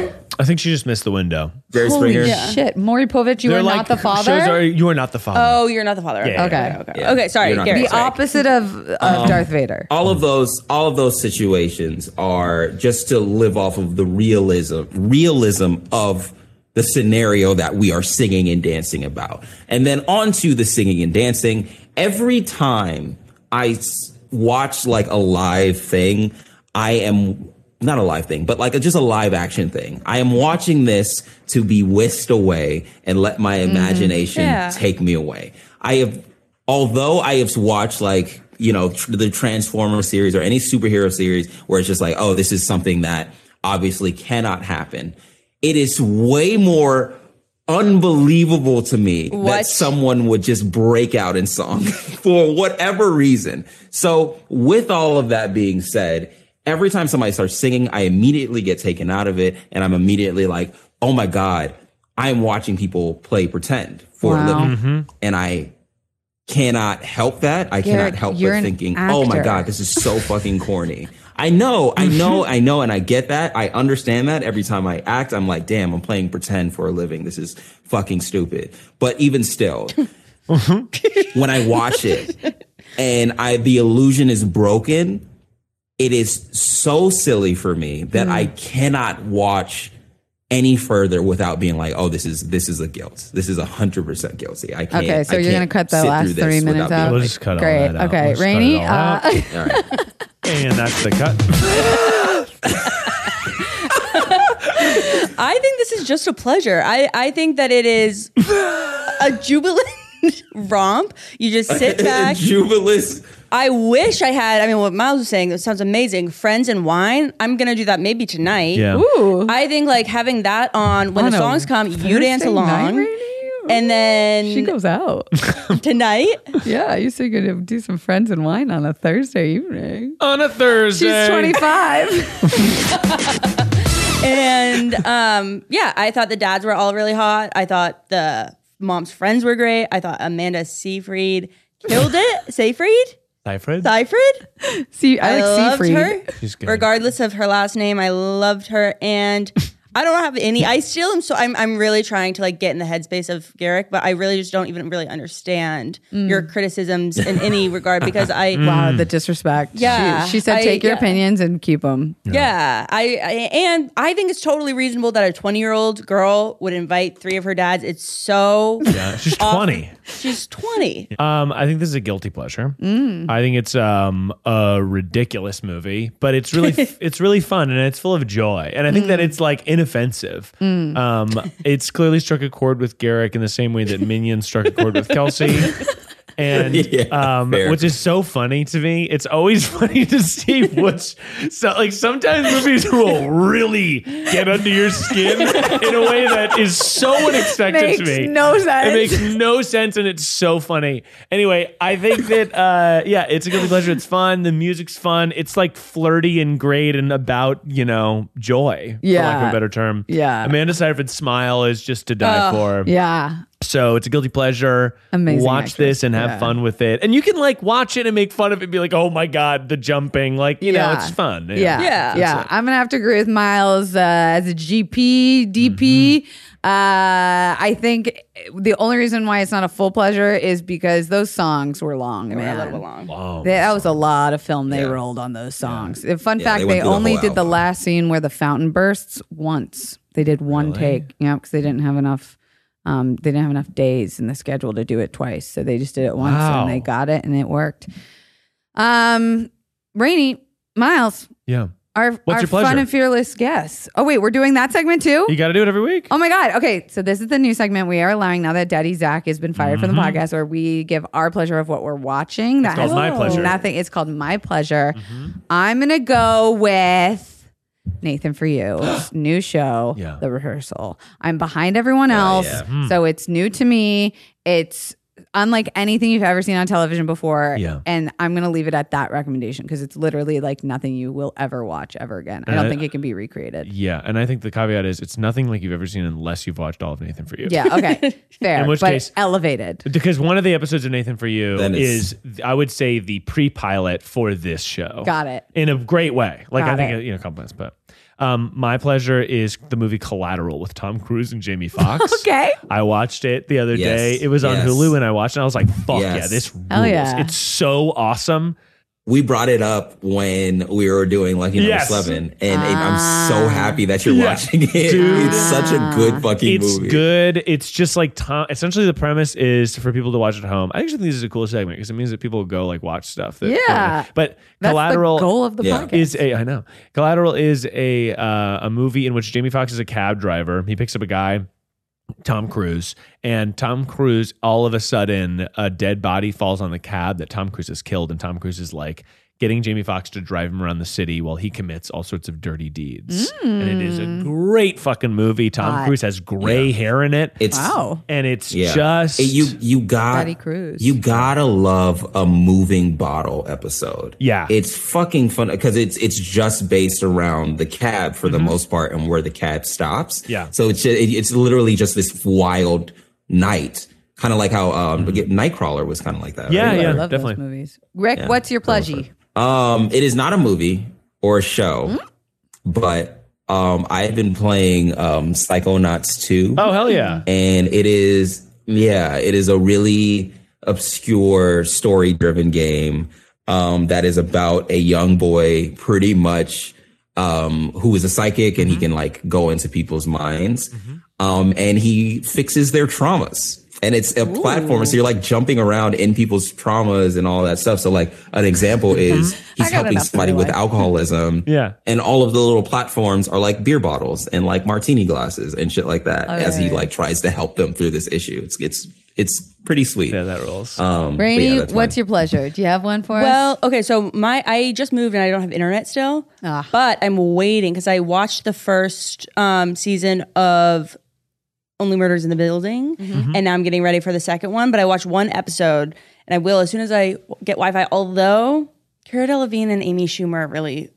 [SPEAKER 5] Springer?
[SPEAKER 3] I think she just missed the window.
[SPEAKER 4] Jerry Springer.
[SPEAKER 2] Shit, Maury Povich, you
[SPEAKER 3] They're
[SPEAKER 2] are
[SPEAKER 3] like,
[SPEAKER 2] not the father.
[SPEAKER 3] shows are- you are not the father.
[SPEAKER 5] Oh, you're not the father.
[SPEAKER 3] Yeah,
[SPEAKER 2] yeah,
[SPEAKER 5] okay.
[SPEAKER 2] yeah.
[SPEAKER 5] Okay.
[SPEAKER 4] Yeah.
[SPEAKER 5] Okay. Sorry.
[SPEAKER 4] You're not
[SPEAKER 5] Gary.
[SPEAKER 2] the opposite of, of
[SPEAKER 4] Oh.
[SPEAKER 2] Darth Vader.
[SPEAKER 4] all of those all of those situations are just to live off of the realism realism of the scenario that we are singing and dancing about and then onto the singing and dancing every time i s- watch like a live thing i am not a live thing but like a, just a live action thing i am watching this to be whisked away and let my imagination
[SPEAKER 5] Yeah.
[SPEAKER 4] take me away i have although I have watched like you know tr- the Transformer series or any superhero series where it's just like, oh, this is something that obviously cannot happen. It is way more unbelievable to me that
[SPEAKER 5] What?
[SPEAKER 4] someone would just break out in song for whatever reason. So, with all of that being said, every time somebody starts singing, I immediately get taken out of it and I'm immediately like, oh my God, I'm watching people play pretend for a
[SPEAKER 2] Wow.
[SPEAKER 4] living. And I cannot help that. I
[SPEAKER 2] Garrett,
[SPEAKER 4] cannot help
[SPEAKER 2] you're
[SPEAKER 4] but
[SPEAKER 2] an
[SPEAKER 4] thinking, oh my
[SPEAKER 2] actor."
[SPEAKER 4] God, this is so fucking corny. I know, I know, I know, and I get that. I understand that. Every time I act, I'm like, damn, I'm playing pretend for a living. This is fucking stupid. But even still, when I watch it and I the illusion is broken, it is so silly for me that I
[SPEAKER 2] Mm.
[SPEAKER 4] cannot watch any further without being like, oh, this is this is a guilt. This is hundred percent guilty. I can't.
[SPEAKER 2] Okay, so
[SPEAKER 4] I
[SPEAKER 2] you're gonna
[SPEAKER 4] can't
[SPEAKER 2] cut the
[SPEAKER 4] sit
[SPEAKER 2] last
[SPEAKER 4] through this
[SPEAKER 2] three minutes
[SPEAKER 4] without being
[SPEAKER 2] out?
[SPEAKER 3] We'll just cut
[SPEAKER 2] Great.
[SPEAKER 3] all that out.
[SPEAKER 2] Okay,
[SPEAKER 3] We'll just cut
[SPEAKER 2] Rainey,
[SPEAKER 3] it all out.
[SPEAKER 2] uh,
[SPEAKER 4] All right.
[SPEAKER 3] and that's the cut.
[SPEAKER 5] I think this is just a pleasure. I, I think that it is a jubilant romp. You just sit back.
[SPEAKER 4] Jubilous.
[SPEAKER 5] I wish I had, I mean, what Miles was saying, that sounds amazing. Friends and wine. I'm going to do that maybe tonight.
[SPEAKER 3] Yeah.
[SPEAKER 5] I think like having that on when
[SPEAKER 2] On
[SPEAKER 5] the
[SPEAKER 2] a
[SPEAKER 5] songs come, you
[SPEAKER 2] Thursday
[SPEAKER 5] dance
[SPEAKER 2] night,
[SPEAKER 5] along.
[SPEAKER 2] Rainey?
[SPEAKER 5] and then
[SPEAKER 2] She goes out.
[SPEAKER 5] tonight,
[SPEAKER 2] yeah, you said you're gonna do some friends and wine on a Thursday evening.
[SPEAKER 3] On a Thursday.
[SPEAKER 2] She's 25.
[SPEAKER 5] and um, yeah, I thought the dads were all really hot. I thought the mom's friends were great. I thought Amanda Seyfried killed it. Seyfried?
[SPEAKER 3] Seyfried?
[SPEAKER 5] Seyfried?
[SPEAKER 2] See, I,
[SPEAKER 5] I,
[SPEAKER 2] like
[SPEAKER 5] loved
[SPEAKER 2] Seafried.
[SPEAKER 5] her.
[SPEAKER 3] She's good.
[SPEAKER 5] Regardless of her last name, I loved her. And I don't have any. I still am so I'm I'm really trying to like get in the headspace of Garrick, but I really just don't even really understand
[SPEAKER 2] Mm.
[SPEAKER 5] your criticisms in any regard because I
[SPEAKER 2] Wow,
[SPEAKER 3] Hmm.
[SPEAKER 2] the disrespect.
[SPEAKER 5] Yeah,
[SPEAKER 2] she, she said,
[SPEAKER 5] I-
[SPEAKER 2] "Take your
[SPEAKER 5] yeah.
[SPEAKER 2] opinions and keep them."
[SPEAKER 5] Yeah, I, I and I think it's totally reasonable that a 20 year old girl would invite three of her dads. It's so
[SPEAKER 3] Yeah, she's 20.
[SPEAKER 5] she's 20.
[SPEAKER 3] Um, I think this is a guilty pleasure. I think it's um, a ridiculous movie, but it's really it's really fun and it's full of joy. And I think that it's like inoffensive. Um, it's clearly struck a chord with Garrick in the same way that Minions struck a chord with Kelsey. And
[SPEAKER 4] Yeah,
[SPEAKER 3] um,
[SPEAKER 4] fair.
[SPEAKER 3] which is so funny to me. It's always funny to see what's so like sometimes movies will really get under your skin in a way that is so unexpected to
[SPEAKER 2] Makes
[SPEAKER 3] me.
[SPEAKER 2] no sense.
[SPEAKER 3] It makes no sense and it's so funny. Anyway, I think that uh yeah, it's a guilty pleasure. It's fun. The music's fun. It's like flirty and great and about, you know, joy. For lack of
[SPEAKER 2] Yeah.
[SPEAKER 3] a better term.
[SPEAKER 2] Yeah.
[SPEAKER 3] Amanda Seyfried's smile is just to die for.
[SPEAKER 2] Yeah,
[SPEAKER 3] So it's a guilty pleasure.
[SPEAKER 2] Amazing
[SPEAKER 3] Watch
[SPEAKER 2] actress.
[SPEAKER 3] this and have
[SPEAKER 2] Yeah.
[SPEAKER 3] fun with it. And you can like watch it and make fun of it and be like, oh my God, the jumping. Like, you know,
[SPEAKER 2] Yeah.
[SPEAKER 3] it's fun.
[SPEAKER 2] yeah,
[SPEAKER 5] Yeah.
[SPEAKER 2] yeah. I'm gonna have to agree with Miles uh, as a GP DP.
[SPEAKER 4] Mm-hmm.
[SPEAKER 2] Uh, I think the only reason why it's not a full pleasure is because those songs were long,
[SPEAKER 5] They were a
[SPEAKER 2] man.
[SPEAKER 5] little long.
[SPEAKER 3] Oh,
[SPEAKER 2] They- that was a lot of film they rolled on those songs. In Fun
[SPEAKER 4] Yeah,
[SPEAKER 2] fact:
[SPEAKER 4] they
[SPEAKER 2] they,
[SPEAKER 4] went through the
[SPEAKER 2] only
[SPEAKER 4] whole
[SPEAKER 2] did the
[SPEAKER 4] album.
[SPEAKER 2] last scene where the fountain bursts once. They did one take, yeah, because they didn't have enough. Um, they didn't have enough days in the schedule to do it twice, so they just did it once
[SPEAKER 3] Wow.
[SPEAKER 2] and they got it and it worked. Um, Rainy Miles,
[SPEAKER 3] yeah.
[SPEAKER 2] our
[SPEAKER 3] What's
[SPEAKER 2] our
[SPEAKER 3] your
[SPEAKER 2] fun
[SPEAKER 3] pleasure?
[SPEAKER 2] and fearless guests. Oh wait, we're doing that segment too.
[SPEAKER 3] You got to do it every week.
[SPEAKER 2] Oh my God. Okay. So, this is the new segment we are allowing now that Daddy Zach has been fired from the podcast, where we give our pleasure of what we're watching. That
[SPEAKER 3] Mm-hmm. called
[SPEAKER 2] has
[SPEAKER 3] My Pleasure.
[SPEAKER 2] Nothing. It's called My Pleasure.
[SPEAKER 3] Mm-hmm.
[SPEAKER 2] I'm going to go with Nathan for You, It's new show,
[SPEAKER 3] Yeah. Oh, Hmm.
[SPEAKER 2] The Rehearsal. I'm behind everyone else.
[SPEAKER 4] yeah.
[SPEAKER 2] So, it's new to me. It's unlike anything you've ever seen on television before.
[SPEAKER 3] Yeah.
[SPEAKER 2] And I'm going to leave it at that recommendation because it's literally like nothing you will ever watch ever again. I
[SPEAKER 3] And
[SPEAKER 2] don't
[SPEAKER 3] I-
[SPEAKER 2] think it can be recreated.
[SPEAKER 3] Yeah, and I think the caveat is it's nothing like you've ever seen unless you've watched all of Nathan for You.
[SPEAKER 2] Yeah. Okay. Fair.
[SPEAKER 3] In which
[SPEAKER 2] but
[SPEAKER 3] case-
[SPEAKER 2] elevated.
[SPEAKER 3] Because one of the episodes of Nathan for You
[SPEAKER 4] Then it's-
[SPEAKER 3] is, I would say, the pre-pilot for this show.
[SPEAKER 2] Got it.
[SPEAKER 3] In a great way. Like
[SPEAKER 2] Got
[SPEAKER 3] I think
[SPEAKER 2] it.
[SPEAKER 3] it. you know compliments, but um, my pleasure is the movie Collateral with Tom Cruise and Jamie Foxx.
[SPEAKER 2] Okay.
[SPEAKER 3] I watched it the other
[SPEAKER 4] Yes.
[SPEAKER 3] day. It was on
[SPEAKER 4] Yes.
[SPEAKER 3] Hulu, and I watched it. and I was like, "Fuck
[SPEAKER 4] Yes.
[SPEAKER 3] yeah, this rules!
[SPEAKER 2] Hell yeah.
[SPEAKER 3] It's so awesome."
[SPEAKER 4] we brought it up when we were doing Lucky Number
[SPEAKER 3] Yes.
[SPEAKER 4] Eleven, and it- I'm
[SPEAKER 2] Ah.
[SPEAKER 4] so happy that you're
[SPEAKER 3] Yeah.
[SPEAKER 4] watching it.
[SPEAKER 3] Dude.
[SPEAKER 4] It's such a good fucking
[SPEAKER 3] it's
[SPEAKER 4] movie.
[SPEAKER 3] good. It's just like Tom. Essentially, the premise is for people to watch at home. I actually think this is a cool segment because it means that people go like watch stuff. That,
[SPEAKER 2] Yeah.
[SPEAKER 3] but
[SPEAKER 2] That's
[SPEAKER 3] collateral
[SPEAKER 2] the goal of the
[SPEAKER 4] Yeah.
[SPEAKER 2] podcast.
[SPEAKER 3] is a I know collateral is a uh, a movie in which Jamie Foxx is a cab driver. He picks up a guy. Tom Cruise and Tom Cruise all of a sudden a dead body falls on the cab that Tom Cruise has killed and Tom Cruise is like getting Jamie Foxx to drive him around the city while he commits all sorts of dirty deeds. And it is a great fucking movie. Tom
[SPEAKER 2] Hot. Oh.
[SPEAKER 3] Cruise has gray hair in it.
[SPEAKER 4] It's
[SPEAKER 2] wow.
[SPEAKER 3] and it's
[SPEAKER 4] yeah.
[SPEAKER 3] just
[SPEAKER 4] It- you you got
[SPEAKER 2] Betty Cruz.
[SPEAKER 4] You gotta love a moving bottle episode.
[SPEAKER 3] Yeah.
[SPEAKER 4] it's fucking fun because it's it's just based around the cab for the most part and where the cab stops.
[SPEAKER 3] Mm-hmm. Yeah.
[SPEAKER 4] so it's it, it's literally just this wild night, kind of like how um Nightcrawler was kind of like that.
[SPEAKER 3] Mm-hmm. Yeah,
[SPEAKER 4] right?
[SPEAKER 3] yeah.
[SPEAKER 2] I love
[SPEAKER 3] definitely.
[SPEAKER 2] those movies. Rick, what's your pleasure?
[SPEAKER 4] Um, it is not a movie or a show, but um, I have been playing um, Psychonauts 2.
[SPEAKER 3] oh hell
[SPEAKER 4] Mm.
[SPEAKER 3] yeah.
[SPEAKER 4] And it is, yeah, it is a really obscure story driven game um, that is about a young boy pretty much um, who is a psychic
[SPEAKER 3] Mm-hmm.
[SPEAKER 4] and he can like go into people's minds. Um, and he fixes their traumas. And it's a platform. So you're like jumping around in people's traumas and all that stuff. So like an example
[SPEAKER 3] Uh-huh.
[SPEAKER 4] is he's helping
[SPEAKER 2] enough to
[SPEAKER 4] somebody
[SPEAKER 2] do
[SPEAKER 4] with
[SPEAKER 2] life.
[SPEAKER 4] alcoholism.
[SPEAKER 3] Yeah.
[SPEAKER 4] And all of the little platforms are like beer bottles and like martini glasses and shit like that as he like tries to help them through this issue. It's it's it's pretty sweet.
[SPEAKER 3] Yeah, that rules.
[SPEAKER 4] Um, but yeah,
[SPEAKER 2] Rainy,
[SPEAKER 4] that's mine.
[SPEAKER 2] what's your pleasure? Do you have one for us?
[SPEAKER 5] Well, okay, so my I just moved and I don't have internet still,
[SPEAKER 2] Ah.
[SPEAKER 5] but I'm waiting because I watched the first um, season of Only Murders in the Building, and now I'm getting ready for the second one. But I watched one episode, and I will as soon as I get Wi-Fi. Although Cara Delevingne and Amy Schumer are really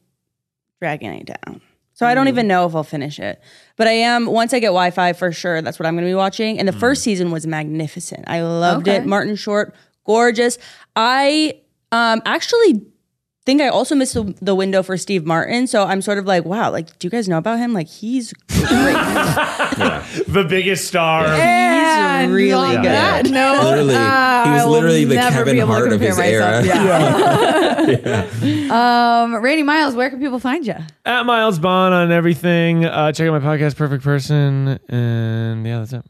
[SPEAKER 5] dragging it down, So I don't even know if I'll finish it. But I am once I get Wi-Fi for sure. That's what I'm going to be watching. And the first season was magnificent. I loved it. Martin Short, gorgeous. I um actually think I also missed the, the window for Steve Martin. So I'm sort of like, wow, like do you guys know about him? Like he's
[SPEAKER 3] the biggest star.
[SPEAKER 2] And
[SPEAKER 5] really
[SPEAKER 2] on
[SPEAKER 5] good.
[SPEAKER 2] that note,
[SPEAKER 4] Literally,
[SPEAKER 2] uh,
[SPEAKER 4] he
[SPEAKER 2] I
[SPEAKER 4] was
[SPEAKER 2] will
[SPEAKER 4] literally the
[SPEAKER 2] never
[SPEAKER 4] Kevin
[SPEAKER 2] be able to
[SPEAKER 4] Hart of
[SPEAKER 2] compare
[SPEAKER 4] his
[SPEAKER 2] myself.
[SPEAKER 4] era.
[SPEAKER 2] Yeah. um, Randy Miles, where can people find you?
[SPEAKER 3] At Miles Bond on everything. Uh, check out my podcast, Perfect Person. And yeah, that's it.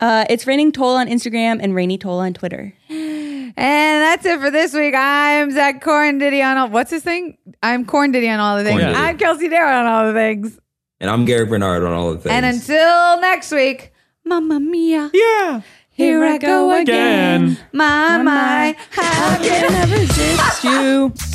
[SPEAKER 5] uh it's raining toll on Instagram and rainy toll on Twitter.
[SPEAKER 2] And that's it for this week. I'm Zach Corn Diddy on all. What's his thing? I'm Corn Diddy on all the things.
[SPEAKER 4] Corn Diddy.
[SPEAKER 2] I'm Kelsey Dare on all the things.
[SPEAKER 4] And I'm Gary Bernard on all the things.
[SPEAKER 2] And until next week, Mamma Mia,
[SPEAKER 3] Yeah.
[SPEAKER 2] here I go again.
[SPEAKER 3] Again.
[SPEAKER 2] My my, how can I resist?
[SPEAKER 5] It's you.